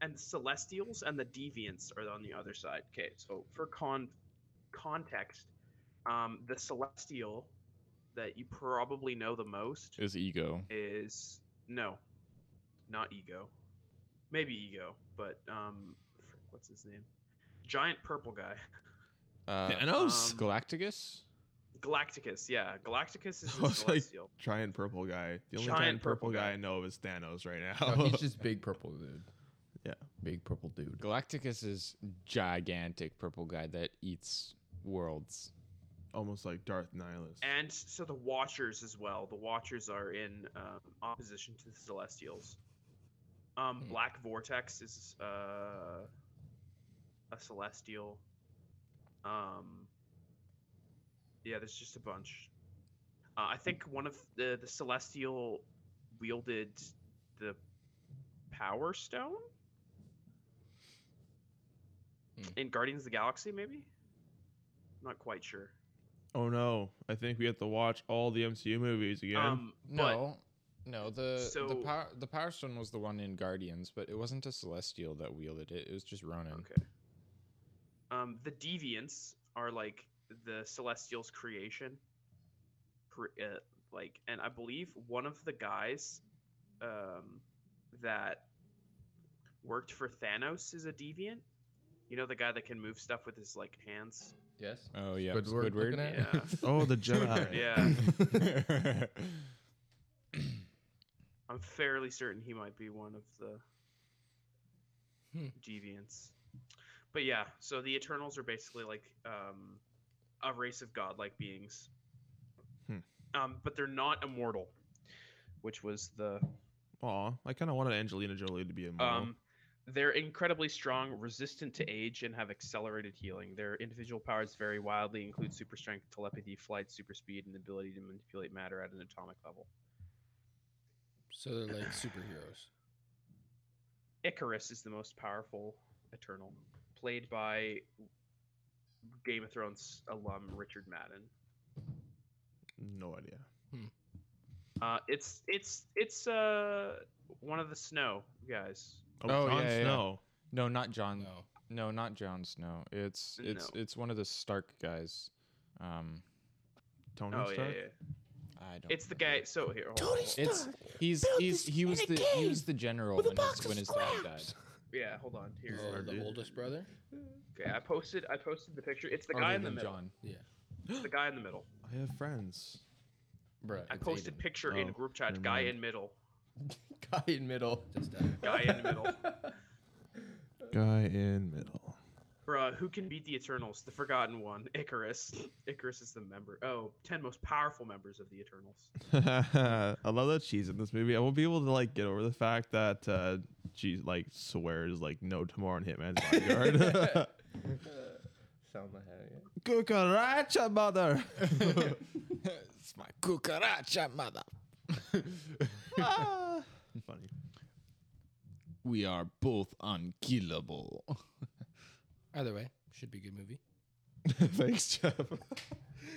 [SPEAKER 3] and the Celestials and the Deviants are on the other side. Okay, so for con context, um, the Celestial that you probably know the most
[SPEAKER 2] His ego.
[SPEAKER 3] is no, not Ego, maybe Ego, but um, frick, what's his name? Giant purple guy,
[SPEAKER 2] Uh,
[SPEAKER 1] Thanos?
[SPEAKER 3] um,
[SPEAKER 2] Galacticus.
[SPEAKER 3] Galacticus. Yeah, Galacticus is
[SPEAKER 1] I was
[SPEAKER 3] the
[SPEAKER 1] like,
[SPEAKER 3] Celestial.
[SPEAKER 1] Giant purple guy. The only
[SPEAKER 3] Giant
[SPEAKER 1] giant purple
[SPEAKER 3] purple
[SPEAKER 1] guy
[SPEAKER 3] guy.
[SPEAKER 1] I know of is Thanos right
[SPEAKER 4] No,
[SPEAKER 1] now.
[SPEAKER 4] he's just big purple dude.
[SPEAKER 1] Yeah.
[SPEAKER 4] big purple dude.
[SPEAKER 2] Galacticus is gigantic purple guy that eats worlds.
[SPEAKER 1] almost like Darth Nihilus.
[SPEAKER 3] And so the Watchers as well. The Watchers are in um, opposition to the Celestials. Um,
[SPEAKER 5] Hmm.
[SPEAKER 3] Black Vortex is uh, a Celestial. Um, yeah, there's just a bunch. Uh, I think one of the the Celestial wielded the Power Stone
[SPEAKER 5] Hmm.
[SPEAKER 3] in Guardians of the Galaxy, maybe. Not quite sure.
[SPEAKER 1] oh no, I think we have to watch all the MCU movies again.
[SPEAKER 3] Um, but
[SPEAKER 2] No, no. The the
[SPEAKER 3] So-
[SPEAKER 2] power the power stone was the one in Guardians, but it wasn't a celestial that wielded it. It was just Ronan.
[SPEAKER 3] Okay. Um, the deviants are like the Celestials' creation, Cre- uh, like, and I believe one of the guys, um, that worked for Thanos is a deviant. You know the guy that can move stuff with his like hands.
[SPEAKER 5] Yes.
[SPEAKER 2] Oh yeah,
[SPEAKER 4] Good word looking at
[SPEAKER 2] Squidward.
[SPEAKER 4] it.
[SPEAKER 3] Yeah,
[SPEAKER 1] oh, the Jedi.
[SPEAKER 3] yeah. I'm fairly certain he might be one of the
[SPEAKER 5] Hmm.
[SPEAKER 3] deviants. But yeah, so the Eternals are basically like um, a race of godlike beings.
[SPEAKER 1] Hmm.
[SPEAKER 3] Um, but they're not immortal, which was the
[SPEAKER 1] Aw, I kind of wanted Angelina Jolie to be a model.
[SPEAKER 3] um, they're incredibly strong, resistant to age, and have accelerated healing. Their individual powers vary wildly, include super strength, telepathy, flight, super speed, and the ability to manipulate matter at an atomic level.
[SPEAKER 5] So they're like superheroes.
[SPEAKER 3] Icarus is the most powerful Eternal, played by Game of Thrones alum Richard Madden.
[SPEAKER 1] no idea.
[SPEAKER 3] Uh, it's it's it's uh one of the Snow guys.
[SPEAKER 1] Oh,
[SPEAKER 2] Oh,
[SPEAKER 1] Jon
[SPEAKER 2] yeah, yeah.
[SPEAKER 1] Snow.
[SPEAKER 2] No, not John.
[SPEAKER 5] No.
[SPEAKER 2] No, not Jon Snow. It's it's it's one of the Stark guys. Um,
[SPEAKER 1] Tony
[SPEAKER 3] Oh yeah,
[SPEAKER 1] Stark.
[SPEAKER 3] yeah.
[SPEAKER 2] I don't.
[SPEAKER 3] It's the
[SPEAKER 2] remember.
[SPEAKER 3] guy. So here, hold on,
[SPEAKER 7] Tony
[SPEAKER 3] hold
[SPEAKER 5] Oh,
[SPEAKER 3] on.
[SPEAKER 2] It's he's he's he was the he was the general
[SPEAKER 7] with a
[SPEAKER 2] when
[SPEAKER 7] box
[SPEAKER 2] his,
[SPEAKER 7] of
[SPEAKER 2] when his dad died.
[SPEAKER 7] scraps.
[SPEAKER 3] yeah. Hold on here.
[SPEAKER 5] Oh, the
[SPEAKER 1] dude.
[SPEAKER 5] oldest brother?
[SPEAKER 3] Okay, I posted. I posted the picture. It's the
[SPEAKER 1] Oh,
[SPEAKER 2] other
[SPEAKER 3] guy in the
[SPEAKER 2] than
[SPEAKER 3] middle.
[SPEAKER 2] John.
[SPEAKER 5] Yeah.
[SPEAKER 3] It's the guy in the middle.
[SPEAKER 1] I have friends.
[SPEAKER 5] Bruh.
[SPEAKER 3] I
[SPEAKER 5] it's
[SPEAKER 3] posted
[SPEAKER 5] Aiden.
[SPEAKER 3] picture in
[SPEAKER 1] Oh,
[SPEAKER 3] group chat.
[SPEAKER 1] never
[SPEAKER 3] Guy
[SPEAKER 1] mind.
[SPEAKER 3] in middle.
[SPEAKER 4] Guy in middle.
[SPEAKER 5] Just that.
[SPEAKER 3] Guy in middle.
[SPEAKER 1] Guy in middle.
[SPEAKER 3] Bruh, who can beat the Eternals? The Forgotten One, Icarus. Icarus is the member. Oh, 10 most powerful members of the Eternals.
[SPEAKER 1] I love that she's in this movie. I won't be able to like get over the fact that uh, she like swears like no tomorrow in Hitman's bodyguard.
[SPEAKER 4] Salma Hayek.
[SPEAKER 1] Cucaracha mother.
[SPEAKER 2] it's my cucaracha mother.
[SPEAKER 1] Ah. Funny.
[SPEAKER 2] We are both unkillable.
[SPEAKER 5] Either way, should be a good movie.
[SPEAKER 1] Thanks, Jeff.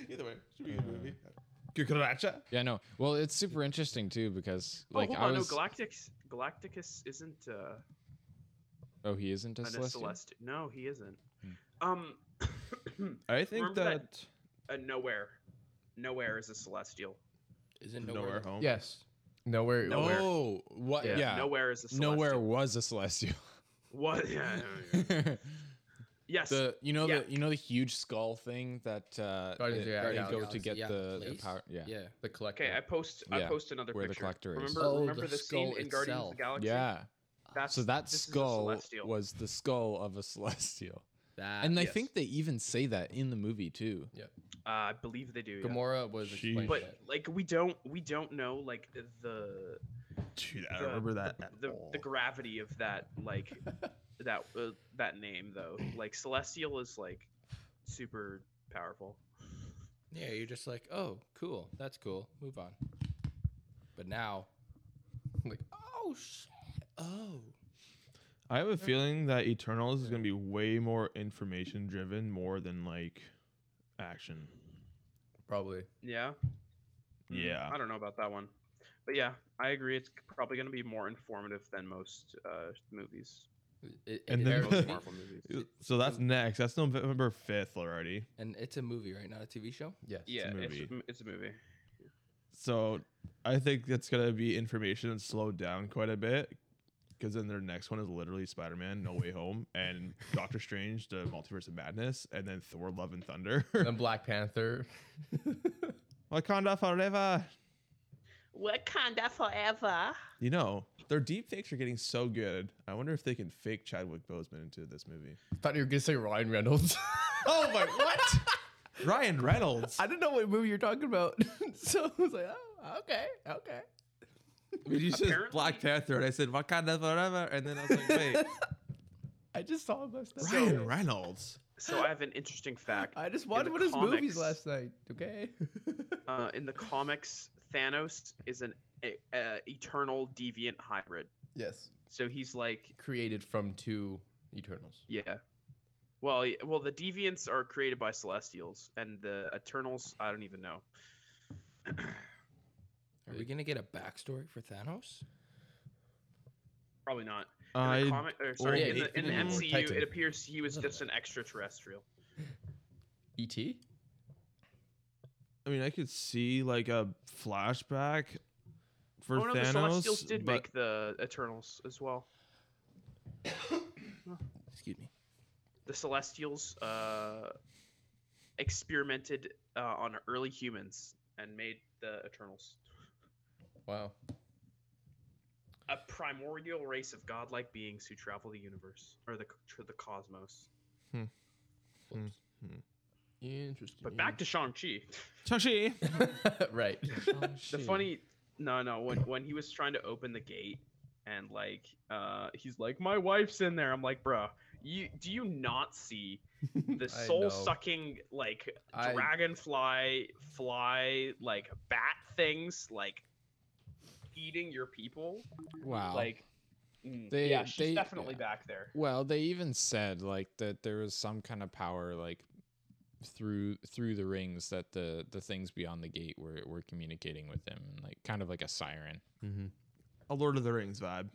[SPEAKER 1] Either way, should be a good movie. Cucaracha.
[SPEAKER 2] Yeah, no. Well, it's super interesting too because like
[SPEAKER 3] oh,
[SPEAKER 2] I
[SPEAKER 3] hold on.
[SPEAKER 2] was.
[SPEAKER 3] No, Galacticus, Galacticus isn't uh,
[SPEAKER 2] oh, he isn't a
[SPEAKER 3] an
[SPEAKER 2] Celestial.
[SPEAKER 3] Celestia. No, he isn't.
[SPEAKER 2] Hmm.
[SPEAKER 3] Um,
[SPEAKER 1] I think
[SPEAKER 3] Remember
[SPEAKER 1] that,
[SPEAKER 3] that- uh, Nowhere. Nowhere is a Celestial.
[SPEAKER 5] Isn't
[SPEAKER 1] nowhere,
[SPEAKER 5] nowhere.
[SPEAKER 1] home.
[SPEAKER 4] Yes. Nowhere.
[SPEAKER 3] Nowhere.
[SPEAKER 2] Oh, what?
[SPEAKER 4] Yeah.
[SPEAKER 2] Yeah.
[SPEAKER 3] Nowhere is a Celestial.
[SPEAKER 2] Nowhere was a Celestial.
[SPEAKER 3] What? Yeah, yeah, yeah. yes.
[SPEAKER 2] the you know
[SPEAKER 3] Yeah.
[SPEAKER 2] the you know the huge skull thing that uh
[SPEAKER 4] Guardians
[SPEAKER 2] they,
[SPEAKER 4] of the
[SPEAKER 2] they
[SPEAKER 4] Galaxy.
[SPEAKER 2] go
[SPEAKER 5] Galaxy,
[SPEAKER 2] to get
[SPEAKER 5] yeah,
[SPEAKER 2] the, the
[SPEAKER 5] place.
[SPEAKER 2] power. Yeah.
[SPEAKER 5] Yeah.
[SPEAKER 4] The collector.
[SPEAKER 3] okay, I post. I
[SPEAKER 2] Yeah,
[SPEAKER 3] post another
[SPEAKER 2] where the
[SPEAKER 3] picture.
[SPEAKER 2] collector is.
[SPEAKER 3] Remember,
[SPEAKER 5] Oh,
[SPEAKER 3] remember
[SPEAKER 5] the
[SPEAKER 3] the, scene
[SPEAKER 5] skull
[SPEAKER 3] in Guardians of
[SPEAKER 5] itself.
[SPEAKER 3] the Galaxy.
[SPEAKER 2] Yeah.
[SPEAKER 3] That's,
[SPEAKER 2] So that
[SPEAKER 3] this is a
[SPEAKER 2] skull
[SPEAKER 3] Celestial.
[SPEAKER 2] was the skull of a celestial.
[SPEAKER 5] That
[SPEAKER 2] And I
[SPEAKER 3] yes.
[SPEAKER 2] think they even say that in the movie too.
[SPEAKER 3] Uh, I believe they do. yeah.
[SPEAKER 4] Gamora was
[SPEAKER 1] She-
[SPEAKER 4] explained.
[SPEAKER 3] but
[SPEAKER 4] that.
[SPEAKER 3] like we don't we don't know like the
[SPEAKER 1] Dude, I
[SPEAKER 3] the-
[SPEAKER 1] don't remember that
[SPEAKER 3] the,
[SPEAKER 1] at
[SPEAKER 3] the,
[SPEAKER 1] all.
[SPEAKER 3] the gravity of that like that uh, that name though like celestial is like super powerful
[SPEAKER 5] Yeah, you're just like, oh, cool. That's cool. Move on. But now, I'm like, oh, shit. Oh.
[SPEAKER 1] I have a feeling that Eternals is going to be way more information driven, more than like action.
[SPEAKER 4] probably.
[SPEAKER 3] yeah Mm,
[SPEAKER 1] Yeah.
[SPEAKER 3] i don't know about that one but yeah i agree it's probably going to be more informative than most uh movies
[SPEAKER 5] It-
[SPEAKER 1] And
[SPEAKER 5] it-
[SPEAKER 1] then-
[SPEAKER 3] most
[SPEAKER 5] it's-
[SPEAKER 3] marvel movies
[SPEAKER 1] So that's next. That's November 5th already.
[SPEAKER 5] and it's a movie, right? Not a TV show?
[SPEAKER 4] Yes.
[SPEAKER 3] yeah it's
[SPEAKER 1] movie.
[SPEAKER 3] a, m- it's a movie
[SPEAKER 1] So I think that's going to be information slowed down quite a bit because then their next one is literally Spider Man, No Way Home, and Doctor Strange, The Multiverse of Madness, and then Thor, Love, and Thunder.
[SPEAKER 4] And Black Panther.
[SPEAKER 1] Wakanda Forever.
[SPEAKER 8] Wakanda forever.
[SPEAKER 1] You know, their deep fakes are getting so good. I wonder if they can fake Chadwick Boseman into this movie.
[SPEAKER 4] Thought you were gonna say Ryan Reynolds.
[SPEAKER 1] Oh my, what? Ryan Reynolds.
[SPEAKER 4] I didn't know what movie you're talking about, so I was like, oh, okay, okay.
[SPEAKER 1] When you said
[SPEAKER 3] Apparently-
[SPEAKER 1] Black Panther, and I said Wakanda Forever, and then I was like, wait,
[SPEAKER 4] I just saw him last night.
[SPEAKER 1] Ryan Reynolds.
[SPEAKER 3] so i have an interesting fact
[SPEAKER 4] I just watched
[SPEAKER 3] the
[SPEAKER 4] one of his movies
[SPEAKER 3] comics-
[SPEAKER 4] last night. Okay.
[SPEAKER 3] uh, in the comics thanos is an a, a eternal deviant hybrid
[SPEAKER 4] yes.
[SPEAKER 3] so he's like
[SPEAKER 4] Created from two Eternals.
[SPEAKER 3] Yeah. Well, y- well, the deviants are created by celestials, and the Eternals, I don't even know.
[SPEAKER 5] Are we going to get a backstory for Thanos?
[SPEAKER 3] Probably not. In the
[SPEAKER 1] I
[SPEAKER 3] comic, or, sorry,
[SPEAKER 1] yeah,
[SPEAKER 3] in
[SPEAKER 1] he-
[SPEAKER 3] the, in the
[SPEAKER 4] he-
[SPEAKER 3] MCU,
[SPEAKER 4] Titan.
[SPEAKER 3] it appears he was just an extraterrestrial.
[SPEAKER 4] ET.
[SPEAKER 1] I mean, I could see like a flashback for
[SPEAKER 3] oh no, the
[SPEAKER 1] Thanos.
[SPEAKER 3] Celestials did
[SPEAKER 1] but-
[SPEAKER 3] make the Eternals as well.
[SPEAKER 5] Excuse me.
[SPEAKER 3] The Celestials uh, experimented uh, on early humans and made the Eternals
[SPEAKER 4] Wow.
[SPEAKER 3] a primordial race of godlike beings who travel the universe or the c- the cosmos.
[SPEAKER 4] Interesting.
[SPEAKER 3] But back to Shang Chi.
[SPEAKER 1] Shang-Chi.
[SPEAKER 4] right.
[SPEAKER 3] the
[SPEAKER 2] Hmm.
[SPEAKER 3] funny no no when when he was trying to open the gate and like uh he's like my wife's in there i'm like bruh you do you not see the
[SPEAKER 4] I know.
[SPEAKER 3] soul sucking like
[SPEAKER 4] I-
[SPEAKER 3] dragonfly fly like bat things like eating your people
[SPEAKER 2] Wow.
[SPEAKER 3] like mm,
[SPEAKER 2] They-
[SPEAKER 3] yeah she's
[SPEAKER 2] they-
[SPEAKER 3] definitely
[SPEAKER 2] yeah.
[SPEAKER 3] back there
[SPEAKER 2] well, they even said like that there was some kind of power like through through the rings that the the things beyond the gate were were communicating with him and like kind of like a
[SPEAKER 1] Mm-hmm.
[SPEAKER 2] siren.
[SPEAKER 1] a Lord of the Rings vibe.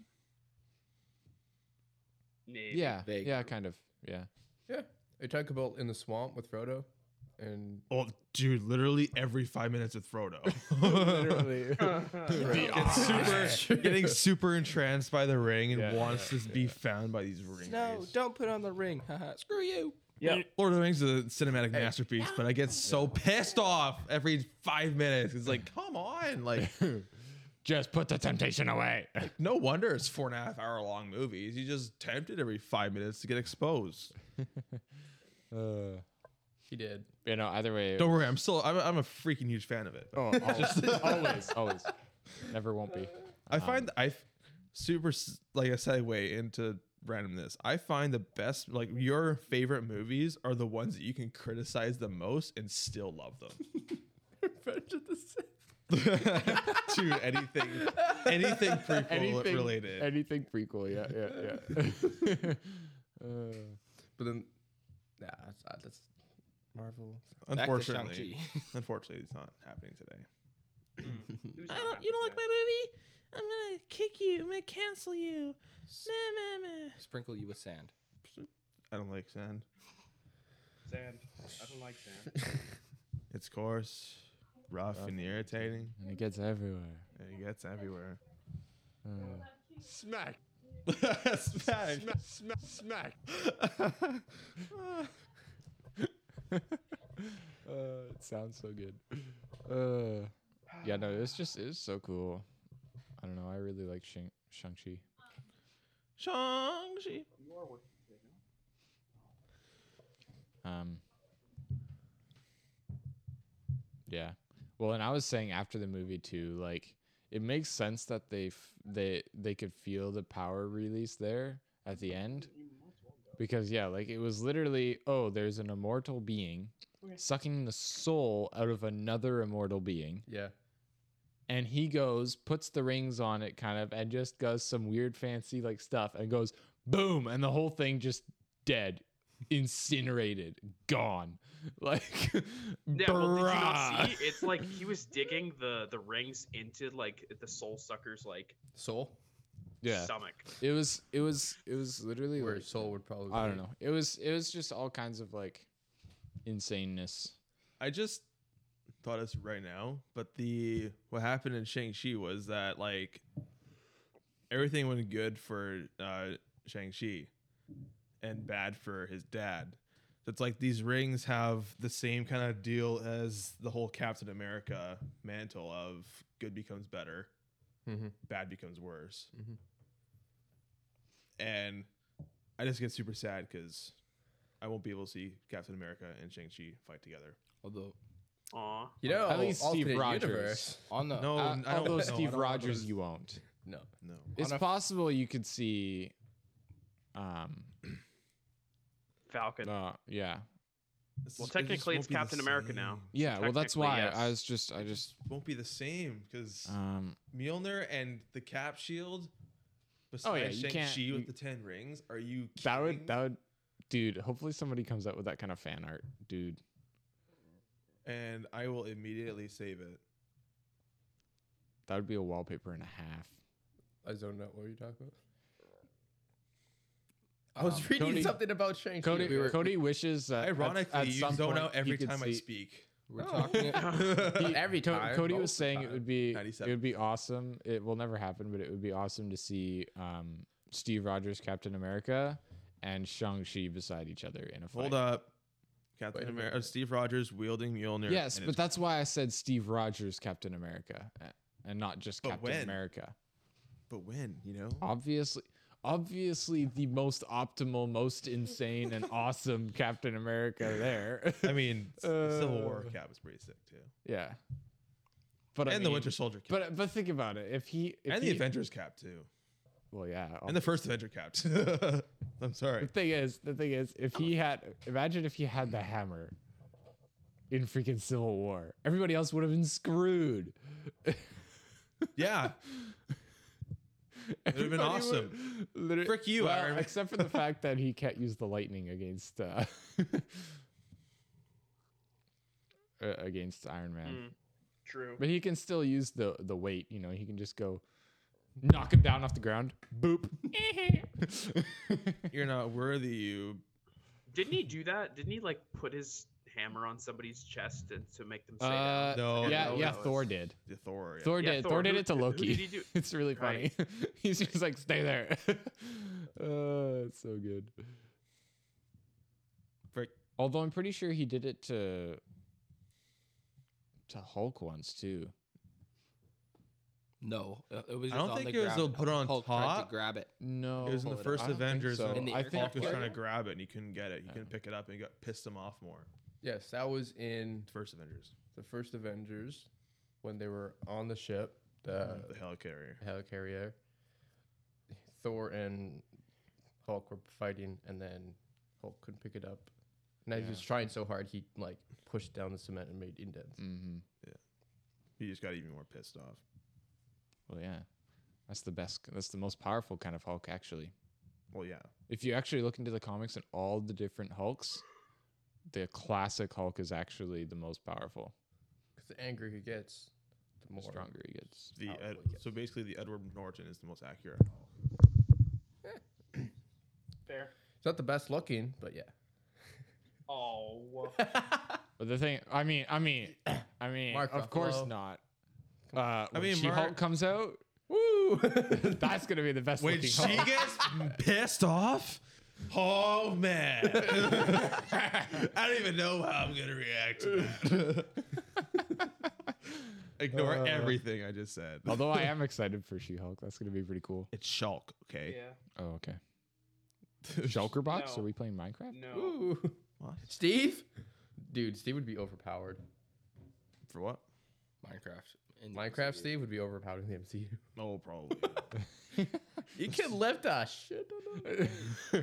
[SPEAKER 3] Maybe.
[SPEAKER 2] Yeah,
[SPEAKER 5] Vague.
[SPEAKER 2] yeah, kind of. Yeah,
[SPEAKER 4] Yeah. They talk about in the swamp with Frodo, and
[SPEAKER 1] Oh, dude, literally every five minutes with Frodo.
[SPEAKER 4] literally,
[SPEAKER 1] He gets super, getting super entranced by the ring and
[SPEAKER 2] Yeah,
[SPEAKER 1] wants to be found by these rings.
[SPEAKER 5] No, don't put on the ring. Haha, Screw you.
[SPEAKER 3] yeah.
[SPEAKER 1] Lord of the Rings is a cinematic masterpiece, but I get so pissed off every five minutes. It's like, come on. Like,
[SPEAKER 2] just put the temptation away.
[SPEAKER 1] no wonder it's four and a half hour long movies. You just tempted every five minutes to get exposed.
[SPEAKER 2] uh,
[SPEAKER 4] he did.
[SPEAKER 2] you know, either way,
[SPEAKER 1] Don't worry, I'm still, I'm, I'm a freaking huge fan of it.
[SPEAKER 4] Oh, oh,
[SPEAKER 2] always, always, never won't be.
[SPEAKER 1] I find I f- super s- like a segue into randomness. I find the best like your favorite movies are the ones that you can criticize the most and still love them. to anything, anything prequel related.
[SPEAKER 2] anything prequel. Yeah, yeah, yeah. uh,
[SPEAKER 4] but then, nah, that's, uh, that's Marvel.
[SPEAKER 1] unfortunately, unfortunately, it's not happening today.
[SPEAKER 3] Who's not happy with that?
[SPEAKER 5] movie? I'm gonna kick you. I'm gonna cancel you. Sprinkle you with sand.
[SPEAKER 1] I don't like sand.
[SPEAKER 3] Sand. I don't like sand.
[SPEAKER 1] It's coarse, rough, and irritating,
[SPEAKER 2] and it gets everywhere.
[SPEAKER 1] and it gets everywhere.
[SPEAKER 2] Uh,
[SPEAKER 4] Smack.
[SPEAKER 1] Smash.
[SPEAKER 4] Smack. Smack.
[SPEAKER 2] uh, it sounds so good. Uh, yeah, no, it's just it's so cool. I don't know. I really like Shang Shang Chi.
[SPEAKER 1] Shang-Chi.
[SPEAKER 2] Um. Yeah. Well, and I was saying after the movie too, like it makes sense that they f- they they could feel the power release there at the end, because yeah, like it was literally oh, there's an immortal being sucking the soul out of another immortal being,
[SPEAKER 4] Yeah.
[SPEAKER 2] and he goes puts the rings on it kind of and just does some weird fancy like stuff and goes boom and the whole thing just dead incinerated gone like
[SPEAKER 3] Yeah, well, did you not
[SPEAKER 2] bruh.
[SPEAKER 3] see? It's like he was digging the the rings into like the soul sucker's like
[SPEAKER 4] Soul.
[SPEAKER 2] yeah
[SPEAKER 3] stomach.
[SPEAKER 2] it was it was it was literally
[SPEAKER 4] Where
[SPEAKER 2] like,
[SPEAKER 4] soul would probably.
[SPEAKER 2] i
[SPEAKER 4] be.
[SPEAKER 2] don't know it was it was just all kinds of like insaneness
[SPEAKER 1] I just thought it's right now, but the what happened in Shang Chi was that like everything went good for uh, Shang Chi and bad for his dad. It's like these rings have the same kind of deal as the whole Captain America mantle of good becomes better,
[SPEAKER 4] Mhm.
[SPEAKER 1] bad becomes worse,
[SPEAKER 4] Mhm.
[SPEAKER 1] and I just get super sad because I won't be able to see Captain America and Shang Chi fight together.
[SPEAKER 5] Although
[SPEAKER 3] Aw.
[SPEAKER 4] You know,
[SPEAKER 2] At least Steve
[SPEAKER 4] alternate
[SPEAKER 2] Rogers.
[SPEAKER 4] universe-
[SPEAKER 5] on the
[SPEAKER 1] No,
[SPEAKER 2] Uh,
[SPEAKER 1] n- Oh, I don't-
[SPEAKER 2] although
[SPEAKER 1] no, I
[SPEAKER 2] steve
[SPEAKER 1] don't-
[SPEAKER 2] rogers you won't
[SPEAKER 4] No.
[SPEAKER 1] No.
[SPEAKER 2] it's
[SPEAKER 5] a f-
[SPEAKER 2] possible you could see um
[SPEAKER 3] Falcon.
[SPEAKER 2] uh, yeah
[SPEAKER 1] This is- it
[SPEAKER 3] Well,
[SPEAKER 1] just
[SPEAKER 3] technically,
[SPEAKER 1] won't
[SPEAKER 3] it's
[SPEAKER 1] be the
[SPEAKER 3] Captain America
[SPEAKER 1] same.
[SPEAKER 3] now.
[SPEAKER 2] yeah well that's
[SPEAKER 3] Technically,
[SPEAKER 2] why i
[SPEAKER 3] yes.
[SPEAKER 2] was just i just
[SPEAKER 1] Won't be the same because
[SPEAKER 2] um
[SPEAKER 1] Mjolnir and the cap shield.
[SPEAKER 2] Oh, yeah,
[SPEAKER 1] Besides
[SPEAKER 2] you can't-
[SPEAKER 1] Shang-Chi with
[SPEAKER 2] you-
[SPEAKER 1] the ten rings, are you kidding?
[SPEAKER 2] That would that would dude, hopefully somebody comes up with that kind of fan art, dude.
[SPEAKER 1] and I will immediately save it.
[SPEAKER 2] That would be a wallpaper and a half.
[SPEAKER 4] I zoned out. What were you talking about? I was
[SPEAKER 2] Um,
[SPEAKER 4] reading
[SPEAKER 2] Cody-
[SPEAKER 4] something about Shang-Chi.
[SPEAKER 2] Cody
[SPEAKER 4] We were-
[SPEAKER 2] Cody wishes that at-
[SPEAKER 1] Ironically,
[SPEAKER 2] at
[SPEAKER 1] you
[SPEAKER 2] some
[SPEAKER 1] zone
[SPEAKER 2] point
[SPEAKER 1] out
[SPEAKER 2] he
[SPEAKER 1] every
[SPEAKER 2] could
[SPEAKER 1] time I
[SPEAKER 2] see-
[SPEAKER 1] speak.
[SPEAKER 5] we're
[SPEAKER 4] Oh.
[SPEAKER 5] talking.
[SPEAKER 2] he-
[SPEAKER 4] Every
[SPEAKER 2] Co-
[SPEAKER 4] time,
[SPEAKER 2] Cody was
[SPEAKER 4] most of the
[SPEAKER 2] saying it
[SPEAKER 4] time.
[SPEAKER 2] would be it
[SPEAKER 1] 97.
[SPEAKER 2] would be awesome. It will never happen, but it would be awesome to see um, Steve Rogers Captain America and Shang-Chi beside each other in a fight.
[SPEAKER 1] Hold up,
[SPEAKER 4] Wait
[SPEAKER 1] Captain
[SPEAKER 4] a
[SPEAKER 1] America.
[SPEAKER 4] minute.
[SPEAKER 1] Steve Rogers wielding Mjolnir.
[SPEAKER 2] Yes,
[SPEAKER 1] and
[SPEAKER 2] but
[SPEAKER 1] it's-
[SPEAKER 2] that's why I said Steve Rogers Captain America uh, and not just
[SPEAKER 1] But
[SPEAKER 2] Captain
[SPEAKER 1] when?
[SPEAKER 2] America.
[SPEAKER 1] but when you know
[SPEAKER 2] Oh. obviously obviously the most optimal most insane and awesome captain america there
[SPEAKER 1] I mean, s- the Civil War
[SPEAKER 2] Uh,
[SPEAKER 1] cap was pretty sick too,
[SPEAKER 2] yeah but I
[SPEAKER 1] and the
[SPEAKER 2] mean-
[SPEAKER 1] Winter Soldier cap,
[SPEAKER 2] but but think about it if he if
[SPEAKER 1] and
[SPEAKER 2] he-
[SPEAKER 1] the Avengers cap too,
[SPEAKER 2] well yeah
[SPEAKER 1] and the first Avenger cap. I'm
[SPEAKER 2] the
[SPEAKER 1] sorry.
[SPEAKER 2] thing is the thing is if he had imagine if he had the hammer in freaking civil war everybody else would have been screwed
[SPEAKER 1] Yeah, would've been
[SPEAKER 2] Everybody would- literally-
[SPEAKER 1] Frick you,
[SPEAKER 2] well,
[SPEAKER 1] Iron Man.
[SPEAKER 2] except for the fact that he can't use the lightning against uh, uh, against Iron Man.
[SPEAKER 3] Mm, True.
[SPEAKER 2] But he can still use the the weight. You know, he can just go knock him down off the ground. Boop. Uh,
[SPEAKER 1] You're not worthy, you.
[SPEAKER 3] Didn't he do that? Didn't he like put his hammer on somebody's chest and to make them say
[SPEAKER 2] Uh,
[SPEAKER 3] no?
[SPEAKER 1] No,
[SPEAKER 2] yeah,
[SPEAKER 1] no,
[SPEAKER 2] yeah.
[SPEAKER 1] no,
[SPEAKER 2] Thor
[SPEAKER 1] it's-
[SPEAKER 2] did.
[SPEAKER 1] The Thor. yeah.
[SPEAKER 2] Thor
[SPEAKER 3] Yeah,
[SPEAKER 2] did. Thor,
[SPEAKER 3] Thor,
[SPEAKER 2] did
[SPEAKER 3] who-
[SPEAKER 2] it to
[SPEAKER 3] who- who
[SPEAKER 2] Loki.
[SPEAKER 3] did he do-
[SPEAKER 2] It's really funny. He's just like, stay there. uh, it's so good.
[SPEAKER 1] Frick.
[SPEAKER 2] Although I'm pretty sure he did it to to Hulk once too.
[SPEAKER 5] No, uh, it was. Just
[SPEAKER 1] I don't
[SPEAKER 5] on
[SPEAKER 1] think
[SPEAKER 5] the
[SPEAKER 1] it was
[SPEAKER 5] ground.
[SPEAKER 1] a put on
[SPEAKER 5] Hulk tried
[SPEAKER 1] top.
[SPEAKER 5] to grab it.
[SPEAKER 2] No,
[SPEAKER 1] It was in the
[SPEAKER 2] I
[SPEAKER 1] first
[SPEAKER 2] don't think
[SPEAKER 1] Avengers,
[SPEAKER 2] So.
[SPEAKER 1] though.
[SPEAKER 5] In the
[SPEAKER 2] I
[SPEAKER 5] air
[SPEAKER 2] think
[SPEAKER 1] Hulk was
[SPEAKER 5] Yeah.
[SPEAKER 1] trying to grab it and he couldn't get it. He
[SPEAKER 2] Yeah.
[SPEAKER 1] couldn't pick it up and it got pissed him off more.
[SPEAKER 4] Yes, that was in
[SPEAKER 1] First Avengers,
[SPEAKER 4] the first Avengers when they were on the ship, the
[SPEAKER 1] Uh, the helicarrier.
[SPEAKER 4] helicarrier. Thor and Hulk were fighting, and then Hulk couldn't pick it up. And as he was trying so hard, he like pushed down the cement and made indents.
[SPEAKER 2] hmm
[SPEAKER 1] He just got even more pissed off.
[SPEAKER 2] Well, yeah, that's the best. That's the most powerful kind of Hulk, actually.
[SPEAKER 1] Well, yeah.
[SPEAKER 2] If you actually look into the comics and all the different Hulks, the classic Hulk is actually the most powerful.
[SPEAKER 4] Because the angrier he gets, the
[SPEAKER 2] The
[SPEAKER 4] more
[SPEAKER 2] stronger he gets.
[SPEAKER 1] The
[SPEAKER 4] Powerful,
[SPEAKER 1] Ed,
[SPEAKER 4] yes.
[SPEAKER 1] so basically the Edward Norton is the most accurate.
[SPEAKER 3] Fair.
[SPEAKER 4] It's not the best looking, but yeah.
[SPEAKER 3] Oh.
[SPEAKER 2] But the thing, I mean, I mean, I mean,
[SPEAKER 4] Mark
[SPEAKER 2] of course
[SPEAKER 4] Ruffalo.
[SPEAKER 2] not. Uh, when
[SPEAKER 1] mean,
[SPEAKER 2] She Hulk
[SPEAKER 1] Mark-
[SPEAKER 2] comes out.
[SPEAKER 4] Woo!
[SPEAKER 2] That's gonna be the best
[SPEAKER 1] When
[SPEAKER 2] looking
[SPEAKER 1] she
[SPEAKER 2] Hulk.
[SPEAKER 1] gets pissed off, oh man. I don't even know how I'm gonna react to that. Ignore everything I just said.
[SPEAKER 2] Uh, Although I am excited for She Hulk. That's gonna be pretty cool.
[SPEAKER 1] It's Shulk, okay?
[SPEAKER 3] Yeah.
[SPEAKER 2] Oh, okay. Shulker box?
[SPEAKER 3] No.
[SPEAKER 2] Are we playing Minecraft?
[SPEAKER 3] No.
[SPEAKER 4] Woo!
[SPEAKER 1] What?
[SPEAKER 4] Steve, dude, Steve would be overpowered.
[SPEAKER 1] For what?
[SPEAKER 5] Minecraft. in the
[SPEAKER 4] Minecraft
[SPEAKER 5] MCU.
[SPEAKER 4] Steve would be overpowered in the MCU.
[SPEAKER 1] Oh, probably.
[SPEAKER 4] You can left us. Shit,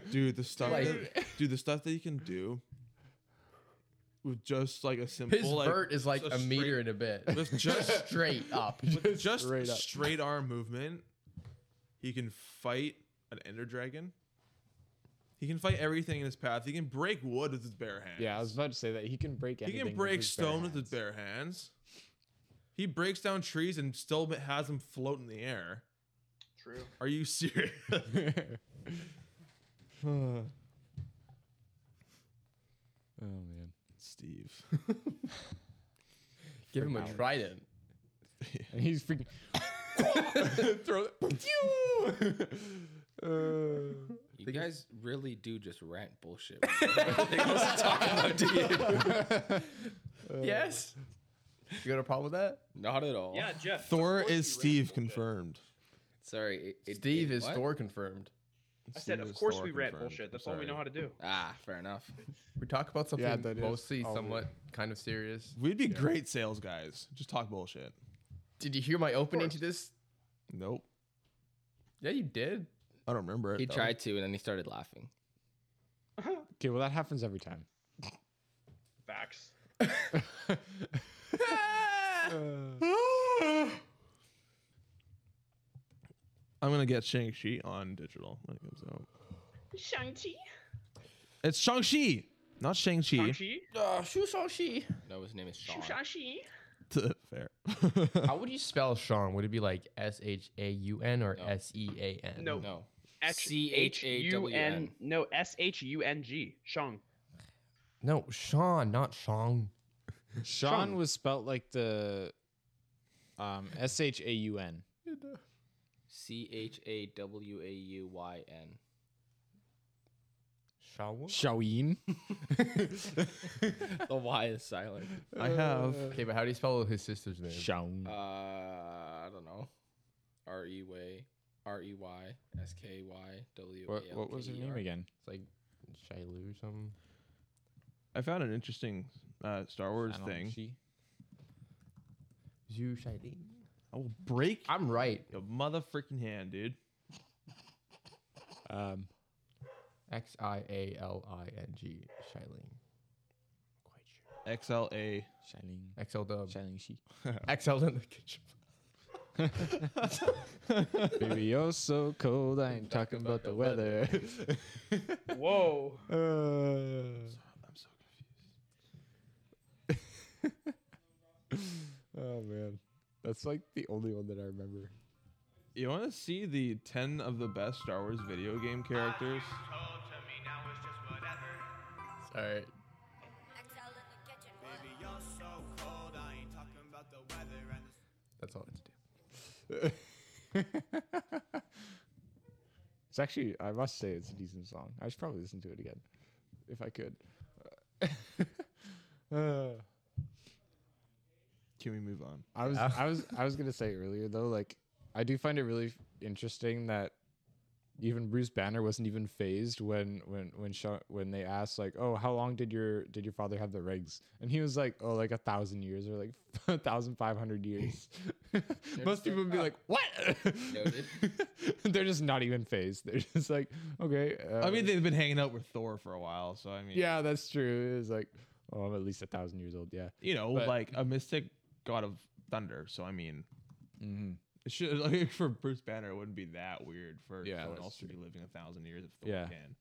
[SPEAKER 1] dude, the stuff,
[SPEAKER 4] Like-
[SPEAKER 1] that, dude, the stuff that you can do with just like a simple,
[SPEAKER 4] His
[SPEAKER 1] like,
[SPEAKER 4] vert is like
[SPEAKER 1] just
[SPEAKER 4] a
[SPEAKER 1] straight-
[SPEAKER 4] meter and a bit.
[SPEAKER 1] with just
[SPEAKER 4] straight up.
[SPEAKER 1] with just
[SPEAKER 2] straight
[SPEAKER 1] straight,
[SPEAKER 2] up.
[SPEAKER 1] arm movement, he can fight an ender dragon. He can fight everything in his path. He can break wood with his bare hands.
[SPEAKER 2] Yeah, I was about to say that he can break.
[SPEAKER 1] he
[SPEAKER 2] anything
[SPEAKER 1] can
[SPEAKER 2] with
[SPEAKER 1] break
[SPEAKER 2] his bare
[SPEAKER 1] stone with his
[SPEAKER 2] hands.
[SPEAKER 1] bare hands. He breaks down trees and still has them float in the air.
[SPEAKER 3] True.
[SPEAKER 1] Are you serious?
[SPEAKER 2] oh man.
[SPEAKER 1] Steve.
[SPEAKER 4] Give him a trident.
[SPEAKER 2] And he's freaking throw it. Uh,
[SPEAKER 5] You guys really do just rant bullshit. when you don't have anything else to talk about, do you?
[SPEAKER 4] yes. Uh, You got a problem with that?
[SPEAKER 5] Not at all.
[SPEAKER 3] Yeah, Jeff.
[SPEAKER 1] Thor
[SPEAKER 3] course
[SPEAKER 1] is
[SPEAKER 3] you ran
[SPEAKER 1] Steve
[SPEAKER 3] bullshit.
[SPEAKER 1] confirmed.
[SPEAKER 5] Sorry. It, it-
[SPEAKER 4] Steve
[SPEAKER 5] it
[SPEAKER 4] is
[SPEAKER 5] what?
[SPEAKER 4] Thor confirmed.
[SPEAKER 3] I said, of course we rant bullshit. That's all we know how to do.
[SPEAKER 5] Ah, fair enough.
[SPEAKER 4] We talk about something
[SPEAKER 2] that is
[SPEAKER 4] mostly
[SPEAKER 2] all we-
[SPEAKER 4] somewhat kind of serious.
[SPEAKER 1] We'd be great sales guys. Just talk bullshit.
[SPEAKER 4] Did you hear my opening to this?
[SPEAKER 1] Nope.
[SPEAKER 4] Yeah, you did.
[SPEAKER 1] I don't remember it.
[SPEAKER 5] He
[SPEAKER 1] though.
[SPEAKER 5] tried to, and then he started laughing.
[SPEAKER 2] okay, well that happens every time.
[SPEAKER 3] Facts.
[SPEAKER 1] I'm gonna get Shang Chi on digital when it comes out.
[SPEAKER 8] Shang-Chi?
[SPEAKER 1] It's Shang Chi, not Shang Chi.
[SPEAKER 3] Shang-Chi?
[SPEAKER 4] Oh, Shu Shi.
[SPEAKER 5] No, his name is Sean.
[SPEAKER 8] Shang-Chi?
[SPEAKER 1] Fair.
[SPEAKER 4] How would you spell Sean? Would it be like S H A U N or
[SPEAKER 5] No.
[SPEAKER 4] S E A N?
[SPEAKER 3] No.
[SPEAKER 5] No.
[SPEAKER 3] H
[SPEAKER 5] C H A
[SPEAKER 3] U
[SPEAKER 5] W N.
[SPEAKER 3] N. No, S H U N G. Shang.
[SPEAKER 4] No, Sean, not Sean.
[SPEAKER 2] Sean was spelt like the um S H A U N.
[SPEAKER 5] C H A W A U Y N.
[SPEAKER 4] Shawn?
[SPEAKER 2] Shaween.
[SPEAKER 5] The Y is silent.
[SPEAKER 1] I have.
[SPEAKER 4] Okay, but how do you spell his sister's name?
[SPEAKER 2] Shawn.
[SPEAKER 5] Uh, I don't know. R E Y R E Y S K E Y W.
[SPEAKER 2] What, what was her name again?
[SPEAKER 4] It's like Shilu or something.
[SPEAKER 1] I found an interesting uh, Star Wars
[SPEAKER 2] Shanon
[SPEAKER 1] thing.
[SPEAKER 2] Shi?
[SPEAKER 4] Zhu Shailing.
[SPEAKER 1] I will break
[SPEAKER 4] I'm right.
[SPEAKER 1] your mother freaking hand, dude.
[SPEAKER 2] Um,
[SPEAKER 4] X I A L I N G Shiling. Quite sure.
[SPEAKER 1] XLA.
[SPEAKER 2] Shailene.
[SPEAKER 4] XL dub.
[SPEAKER 2] Shailene Shi.
[SPEAKER 4] XL in the kitchen.
[SPEAKER 2] Baby, you're so cold. I ain't talking about the weather.
[SPEAKER 3] Whoa.
[SPEAKER 1] I'm so
[SPEAKER 2] Uh,
[SPEAKER 1] confused.
[SPEAKER 2] oh man, that's like the only one that I remember.
[SPEAKER 1] You want to see the 10 of the best Star Wars video game characters?
[SPEAKER 4] Sorry. That's all I had to do.
[SPEAKER 2] It's actually, I must say, it's a decent song. I should probably listen to it again if I could. Uh,
[SPEAKER 1] Can we move on?
[SPEAKER 2] I was,
[SPEAKER 4] Yeah.
[SPEAKER 2] I was, I was gonna say earlier though, like I do find it really f- interesting that even Bruce Banner wasn't even phased when, when, when, Sha when they asked like, oh, how long did your, did your father have the rings? And he was like, oh, like a thousand years or like a thousand five hundred years. Most
[SPEAKER 5] just like,
[SPEAKER 2] people would be
[SPEAKER 5] "Ah."
[SPEAKER 2] like, what?
[SPEAKER 5] Noted.
[SPEAKER 2] They're just not even phased. They're just like, okay.
[SPEAKER 1] I mean,
[SPEAKER 2] uh,
[SPEAKER 1] they've been hanging out with Thor for a while, so I mean,
[SPEAKER 2] Yeah, that's true. It's like, oh, I'm at least a thousand years old. Yeah.
[SPEAKER 1] you know,
[SPEAKER 2] But-
[SPEAKER 1] like a mystic god of thunder. So I mean,
[SPEAKER 2] Mm-hmm.
[SPEAKER 1] it should like for Bruce Banner, it wouldn't be that weird for
[SPEAKER 2] Yeah,
[SPEAKER 1] someone
[SPEAKER 2] that's
[SPEAKER 1] else to be living a thousand years if Thor
[SPEAKER 2] Yeah.
[SPEAKER 1] can.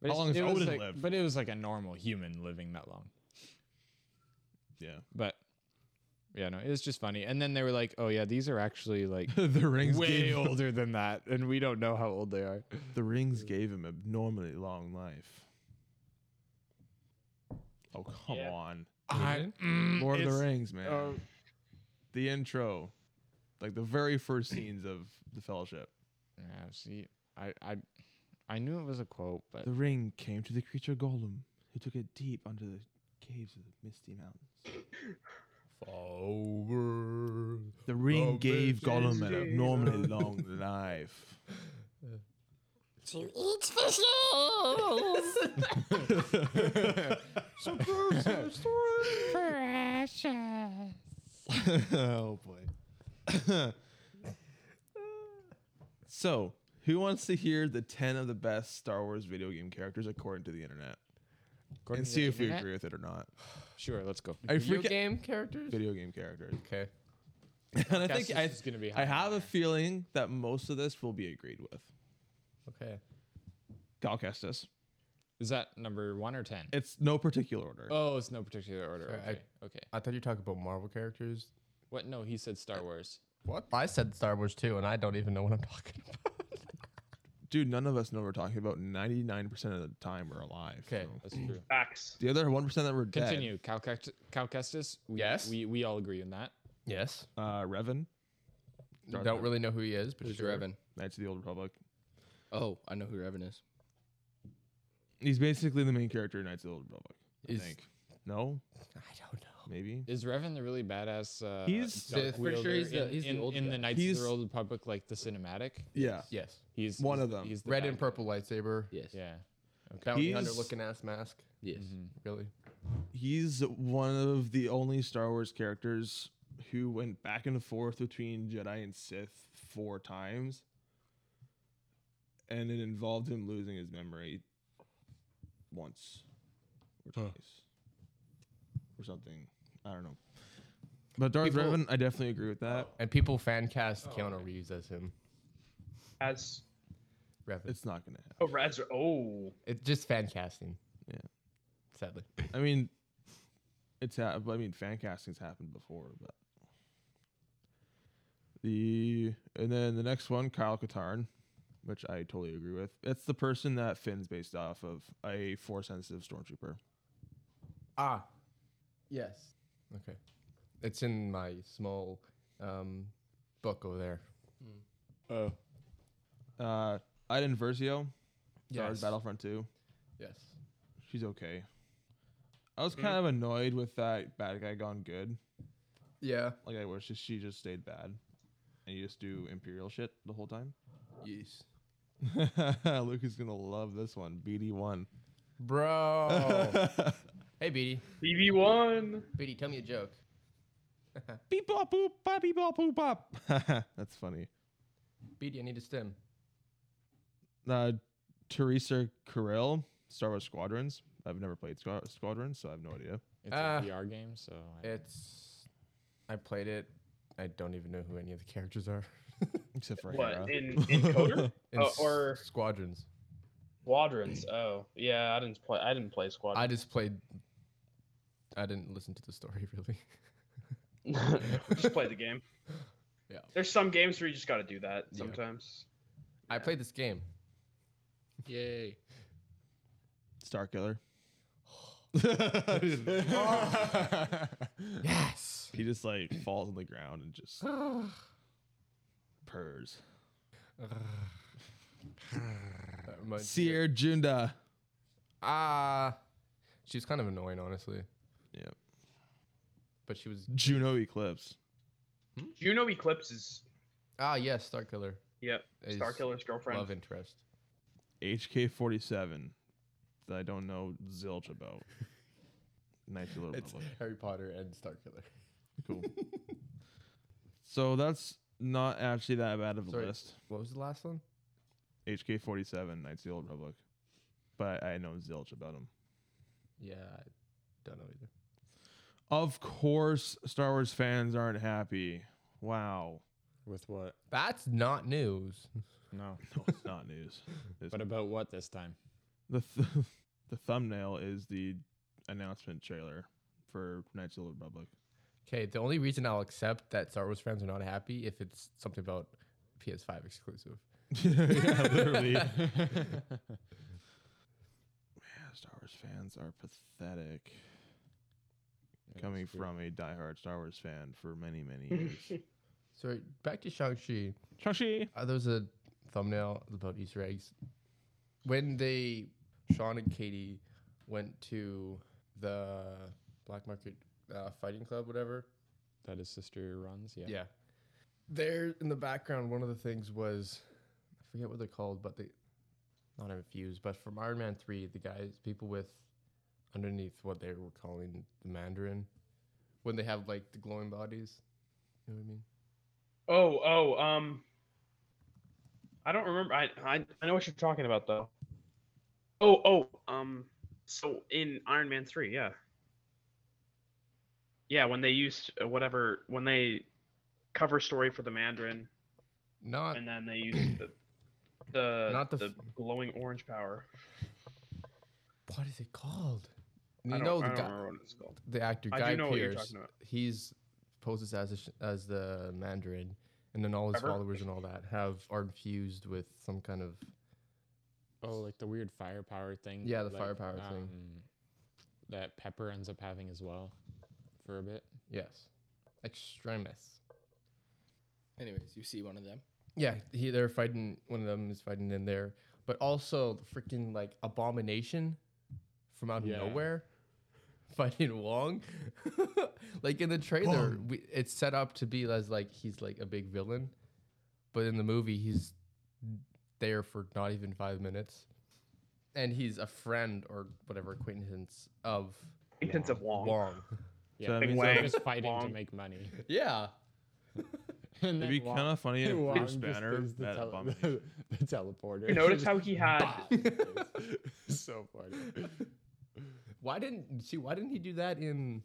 [SPEAKER 2] But
[SPEAKER 1] How
[SPEAKER 2] it's-
[SPEAKER 1] long has
[SPEAKER 2] it was
[SPEAKER 1] Odin
[SPEAKER 2] like-
[SPEAKER 1] lived?
[SPEAKER 2] But it was like a normal human living that long.
[SPEAKER 1] Yeah,
[SPEAKER 2] But yeah, no, it was just funny. And then they were like, oh yeah, these are actually like
[SPEAKER 1] the rings
[SPEAKER 2] way
[SPEAKER 1] gave
[SPEAKER 2] older than that, and we don't know how old they are.
[SPEAKER 1] the rings gave him abnormally long life. Oh come
[SPEAKER 3] Yeah.
[SPEAKER 1] on,
[SPEAKER 2] I, mm,
[SPEAKER 1] Lord of the
[SPEAKER 2] it's-
[SPEAKER 1] Rings, man.
[SPEAKER 2] oh,
[SPEAKER 1] the intro, like the very first scenes of the Fellowship.
[SPEAKER 2] yeah, see, I, I, I knew it was a quote, but
[SPEAKER 1] The ring came to the creature Golem, who took it deep under the caves of the Misty Mountains.
[SPEAKER 4] Over.
[SPEAKER 1] The ring
[SPEAKER 4] Oh,
[SPEAKER 1] gave
[SPEAKER 4] bitch,
[SPEAKER 1] Gollum an
[SPEAKER 4] it's
[SPEAKER 1] abnormally long life.
[SPEAKER 8] To each fish nose. Precious.
[SPEAKER 1] oh boy. so, who wants to hear the 10 of the best Star Wars video game characters according to the internet?
[SPEAKER 2] according
[SPEAKER 1] and
[SPEAKER 2] to the
[SPEAKER 1] see if we
[SPEAKER 2] internet-
[SPEAKER 1] agree with it or not.
[SPEAKER 2] Sure, let's go.
[SPEAKER 1] I
[SPEAKER 4] Video
[SPEAKER 1] freak-
[SPEAKER 4] game characters?
[SPEAKER 1] video game characters.
[SPEAKER 4] Okay.
[SPEAKER 1] and I
[SPEAKER 2] Guess
[SPEAKER 1] think
[SPEAKER 2] this
[SPEAKER 1] I,
[SPEAKER 2] is gonna be
[SPEAKER 1] I
[SPEAKER 2] high
[SPEAKER 1] have
[SPEAKER 2] on
[SPEAKER 1] a
[SPEAKER 2] there.
[SPEAKER 1] feeling that most of this will be agreed with.
[SPEAKER 4] Okay.
[SPEAKER 1] Gal Kestis.
[SPEAKER 2] Is that number one or ten?
[SPEAKER 1] It's no particular order.
[SPEAKER 2] oh, it's no particular order.
[SPEAKER 4] Sorry, I-
[SPEAKER 2] okay, okay.
[SPEAKER 4] I thought you were talking about Marvel characters.
[SPEAKER 2] What? No, he said Star Wars.
[SPEAKER 4] What? I said Star Wars too, and I don't even know what I'm talking about.
[SPEAKER 1] Dude, none of us know what we're talking about. 99% of the time we're alive.
[SPEAKER 4] Okay.
[SPEAKER 1] so.
[SPEAKER 2] That's true.
[SPEAKER 3] Facts.
[SPEAKER 1] The other 1% that we're dead.
[SPEAKER 2] Continue, Cal Cact- Cal Kestis. We,
[SPEAKER 4] Yes?
[SPEAKER 2] we we all agree on that.
[SPEAKER 4] Yes.
[SPEAKER 1] Uh, Revan, Darth
[SPEAKER 4] don't
[SPEAKER 1] Revan.
[SPEAKER 4] really know who he is, but
[SPEAKER 5] Who's
[SPEAKER 4] sure.
[SPEAKER 5] Revan?
[SPEAKER 1] Knights of the Old Republic.
[SPEAKER 5] Oh, I know who Revan is.
[SPEAKER 1] He's basically the main character in Knights of the Old Republic. I
[SPEAKER 4] Is-
[SPEAKER 1] think. No,
[SPEAKER 4] I don't know.
[SPEAKER 1] maybe.
[SPEAKER 2] Is Revan the really badass? Uh,
[SPEAKER 1] He's-
[SPEAKER 2] dark
[SPEAKER 5] The- for sure
[SPEAKER 2] wielder
[SPEAKER 5] he's the-
[SPEAKER 2] in,
[SPEAKER 5] he's the
[SPEAKER 2] in,
[SPEAKER 5] old
[SPEAKER 2] in the
[SPEAKER 5] guy.
[SPEAKER 2] Knights of
[SPEAKER 1] He's-
[SPEAKER 2] the Old Republic, like the cinematic.
[SPEAKER 1] Yeah.
[SPEAKER 4] Yes.
[SPEAKER 2] He's
[SPEAKER 1] One
[SPEAKER 2] he's-
[SPEAKER 1] of them.
[SPEAKER 2] He's the
[SPEAKER 4] Red
[SPEAKER 2] bad
[SPEAKER 4] and purple lightsaber.
[SPEAKER 5] Yes.
[SPEAKER 2] guy. Yeah.
[SPEAKER 4] Bounty
[SPEAKER 1] He's-
[SPEAKER 4] hunter looking ass mask.
[SPEAKER 5] Yes.
[SPEAKER 4] Really?
[SPEAKER 1] He's one of the only Star Wars characters who went back and forth between Jedi and Sith four times. And it involved him losing his memory once or twice or something. I don't know. But Darth
[SPEAKER 4] People- Oh.
[SPEAKER 1] Revan, I definitely agree with that.
[SPEAKER 4] And people fan cast Keanu Reeves as him.
[SPEAKER 3] As
[SPEAKER 4] Revan. It's,
[SPEAKER 1] It's not going to happen.
[SPEAKER 3] oh, Rez. Oh,
[SPEAKER 4] just fan casting.
[SPEAKER 1] Yeah.
[SPEAKER 4] Sadly.
[SPEAKER 1] I mean, it's ha- I mean, fan castings happened before, but the and then the next one, Kyle Katarn, which I totally agree with. It's the person that Finn's based off of, a force sensitive stormtrooper.
[SPEAKER 4] Ah. Yes. Okay. It's in my small um, book over there.
[SPEAKER 2] Oh.
[SPEAKER 1] Uh, Iden Versio, Star Wars
[SPEAKER 4] Yes.
[SPEAKER 1] Battlefront Two.
[SPEAKER 4] Yes.
[SPEAKER 1] She's okay. I was kind of annoyed with that bad guy gone good.
[SPEAKER 4] Yeah.
[SPEAKER 1] Like I wish she just stayed bad, and you just do imperial shit the whole time.
[SPEAKER 4] Yes.
[SPEAKER 1] Luke is gonna love this one. BD one.
[SPEAKER 4] Bro. hey, Beatty.
[SPEAKER 3] BB one.
[SPEAKER 4] Beatty, tell me a joke.
[SPEAKER 1] beep bop boop bop beep bop boop bop. That's funny.
[SPEAKER 4] Beatty, I need a stem.
[SPEAKER 1] Uh, Teresa Carrell, Star Wars Squadrons. I've never played Squa- Squadrons, so I have no idea.
[SPEAKER 2] It's
[SPEAKER 4] Ah.
[SPEAKER 2] a VR game, so I,
[SPEAKER 4] It's. I played it. I don't even know who any of the characters are.
[SPEAKER 1] Except for
[SPEAKER 3] What
[SPEAKER 1] Hera.
[SPEAKER 3] in encoder
[SPEAKER 4] In
[SPEAKER 3] Oh,
[SPEAKER 4] s-
[SPEAKER 3] or
[SPEAKER 4] squadrons.
[SPEAKER 3] squadrons? Oh, yeah. I didn't play. I didn't play
[SPEAKER 4] I
[SPEAKER 3] squadrons.
[SPEAKER 4] just played. I didn't listen to the story really.
[SPEAKER 3] just played the game. There's some games where you just got to do that sometimes.
[SPEAKER 4] I played this game.
[SPEAKER 2] Yay.
[SPEAKER 1] Starkiller.
[SPEAKER 4] Yes.
[SPEAKER 1] he just like falls on the ground and just purrs.
[SPEAKER 4] That reminds me of-
[SPEAKER 1] Seer Junda.
[SPEAKER 4] Ah. she was kind of annoying, honestly.
[SPEAKER 1] Yeah.
[SPEAKER 4] But she was.
[SPEAKER 1] Juno Eclipse.
[SPEAKER 3] Juno Eclipse is
[SPEAKER 4] Ah, yes, Star Killer.
[SPEAKER 3] yep.
[SPEAKER 4] Is
[SPEAKER 3] Starkiller's girlfriend.
[SPEAKER 4] Love interest.
[SPEAKER 1] HK forty seven. That I don't know zilch about. Nice little
[SPEAKER 4] It's
[SPEAKER 1] public.
[SPEAKER 4] Harry Potter and Star Killer.
[SPEAKER 1] Cool. so that's not actually that bad of a
[SPEAKER 4] Sorry.
[SPEAKER 1] list.
[SPEAKER 4] What was the last one?
[SPEAKER 1] HK forty seven, Knights of the Old Republic. But I, I know zilch about them.
[SPEAKER 4] Yeah, I don't know either.
[SPEAKER 1] Of course, Star Wars fans aren't happy. Wow.
[SPEAKER 2] With what?
[SPEAKER 4] That's not news.
[SPEAKER 2] No.
[SPEAKER 1] No, it's not news. It's-
[SPEAKER 2] But about what this time?
[SPEAKER 1] the th- the thumbnail is the announcement trailer for Knights of the Old Republic.
[SPEAKER 4] Okay, the only reason I'll accept that Star Wars fans are not happy if it's something about PS5 exclusive.
[SPEAKER 1] yeah, literally. Man, Star Wars fans are pathetic. Coming from a diehard Star Wars fan for many, many years.
[SPEAKER 4] So back to Shang-Chi.
[SPEAKER 1] Shashi.
[SPEAKER 4] Uh, there was a thumbnail about Easter eggs. When they, Sean and Katie went to the black market uh, fighting club, whatever.
[SPEAKER 2] That his sister runs. Yeah.
[SPEAKER 4] There in the background, one of the things was, I forget what they're called, but they, not infused, but from Iron Man 3, the guys, people with underneath what they were calling the Mandarin, when they have like the glowing bodies. You know what I mean?
[SPEAKER 3] Oh, oh, um, I don't remember. I, I, I know what you're talking about though. Oh, oh, um, so in Iron Man three, yeah, yeah, when they used uh, whatever, when they cover story for the Mandarin,
[SPEAKER 4] Not
[SPEAKER 3] and then they used the the
[SPEAKER 4] Not the
[SPEAKER 3] the, glowing orange power.
[SPEAKER 4] what is it called?
[SPEAKER 3] I
[SPEAKER 4] You
[SPEAKER 3] don't,
[SPEAKER 4] know
[SPEAKER 3] I
[SPEAKER 4] the
[SPEAKER 3] don't
[SPEAKER 4] guy,
[SPEAKER 3] remember what it's called.
[SPEAKER 4] the actor
[SPEAKER 3] I do
[SPEAKER 4] Guy
[SPEAKER 3] know what you're
[SPEAKER 4] Pearce.
[SPEAKER 3] talking about.
[SPEAKER 4] He's poses as a, sh- as the Mandarin, and then all his
[SPEAKER 3] Trevor?
[SPEAKER 4] followers and all that have are infused with some kind of
[SPEAKER 2] Oh, like the weird firepower thing.
[SPEAKER 4] Yeah, the
[SPEAKER 2] like,
[SPEAKER 4] firepower thing.
[SPEAKER 2] um, That Pepper ends up having as well for a bit.
[SPEAKER 4] yes, extremis.
[SPEAKER 5] Anyways, you see one of them.
[SPEAKER 4] Yeah, he they're fighting. One of them is fighting in there, but also the freaking like abomination from out of
[SPEAKER 2] Yeah.
[SPEAKER 4] nowhere fighting Wong. like in the trailer, we, it's set up to be as like he's like a big villain, but in the movie he's there for not even five minutes, and he's a friend or whatever acquaintance of
[SPEAKER 3] Intense of Wong.
[SPEAKER 4] Wong.
[SPEAKER 2] Yeah.
[SPEAKER 1] that
[SPEAKER 2] they're
[SPEAKER 1] means
[SPEAKER 3] they're-
[SPEAKER 2] just fighting to
[SPEAKER 3] Wong.
[SPEAKER 2] make money.
[SPEAKER 4] yeah,
[SPEAKER 2] And
[SPEAKER 1] It'd
[SPEAKER 2] then
[SPEAKER 1] be
[SPEAKER 2] Wong-
[SPEAKER 1] kind of funny if
[SPEAKER 2] Wong
[SPEAKER 1] Bruce
[SPEAKER 2] just
[SPEAKER 1] Banner
[SPEAKER 2] is the,
[SPEAKER 1] that
[SPEAKER 2] tele-
[SPEAKER 1] abomination.
[SPEAKER 2] the teleporter.
[SPEAKER 3] You notice how he had
[SPEAKER 2] so funny.
[SPEAKER 4] why didn't see? Why didn't he do that in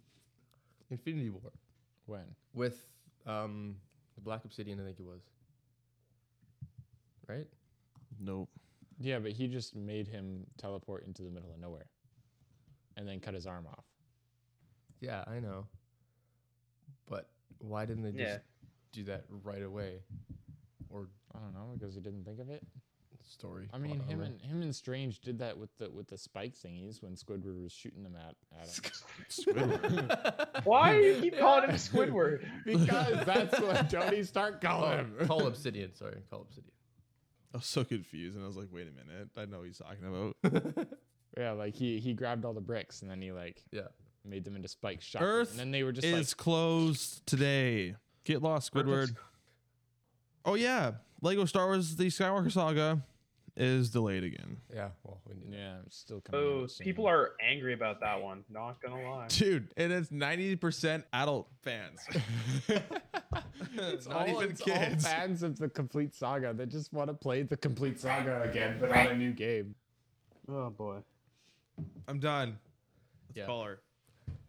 [SPEAKER 4] Infinity War?
[SPEAKER 2] When?
[SPEAKER 4] with um the Black Obsidian, I think it was. Right?
[SPEAKER 1] Nope.
[SPEAKER 2] Yeah, but he just made him teleport into the middle of nowhere, and then cut his arm off.
[SPEAKER 4] Yeah, I know. But why didn't they just
[SPEAKER 3] Yeah.
[SPEAKER 4] do that right away? Or
[SPEAKER 2] I don't know because he didn't think of it.
[SPEAKER 4] story?
[SPEAKER 2] I mean,
[SPEAKER 4] don't
[SPEAKER 2] him
[SPEAKER 4] know.
[SPEAKER 2] and him and Strange did that with the with the spike thingies when Squidward was shooting them at at him.
[SPEAKER 3] Why do you keep calling him Squidward?
[SPEAKER 2] because that's what Tony Stark called
[SPEAKER 4] Oh,
[SPEAKER 2] him.
[SPEAKER 4] Call Obsidian, sorry, Call Obsidian.
[SPEAKER 1] I was so confused, and I was like, "Wait a minute! I know what he's talking about."
[SPEAKER 2] Yeah, like he he grabbed all the bricks and then he like
[SPEAKER 4] Yeah.
[SPEAKER 2] made them into spike shots.
[SPEAKER 1] Earth
[SPEAKER 2] and then they were just
[SPEAKER 1] is closed today. Get lost, Squidward. Oh yeah, Lego Star Wars: The Skywalker Saga is delayed again,
[SPEAKER 4] Yeah, well, we
[SPEAKER 2] like,
[SPEAKER 4] knew.
[SPEAKER 2] yeah, it's still coming.
[SPEAKER 3] Oh,
[SPEAKER 2] out soon.
[SPEAKER 3] people are angry about that one. Not gonna lie.
[SPEAKER 1] dude. And it's ninety percent adult fans.
[SPEAKER 2] it's
[SPEAKER 1] not
[SPEAKER 2] all,
[SPEAKER 1] even
[SPEAKER 2] it's
[SPEAKER 1] kids.
[SPEAKER 2] All fans of the complete saga that just want to play the complete saga again, but on a new game.
[SPEAKER 3] Oh boy.
[SPEAKER 1] I'm done. Let's
[SPEAKER 4] Yeah.
[SPEAKER 1] call her.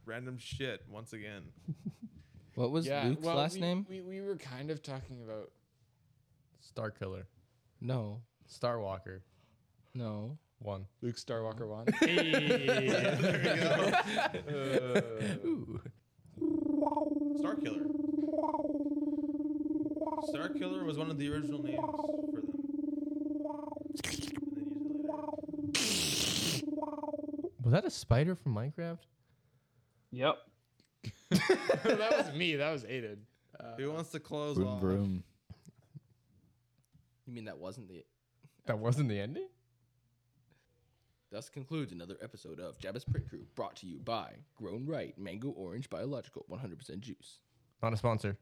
[SPEAKER 1] Random shit once again.
[SPEAKER 5] What was Luke's last
[SPEAKER 2] we,
[SPEAKER 5] name?
[SPEAKER 2] We, we were kind of talking about
[SPEAKER 4] Star Killer.
[SPEAKER 5] No,
[SPEAKER 4] Star Walker.
[SPEAKER 5] no.
[SPEAKER 4] One.
[SPEAKER 2] Luke Starwalker one.
[SPEAKER 1] Star Killer. Star Killer was one of the original names for them. And then used it later.
[SPEAKER 4] Was that a spider from Minecraft?
[SPEAKER 3] Yep.
[SPEAKER 2] that was me. That was Aiden.
[SPEAKER 1] Who wants to close off?
[SPEAKER 5] You mean that wasn't the?
[SPEAKER 4] That wasn't the ending.
[SPEAKER 5] Thus concludes another episode of Jabba's Print Crew, brought to you by Grown Right Mango Orange Biological 100% Juice.
[SPEAKER 4] Not a sponsor.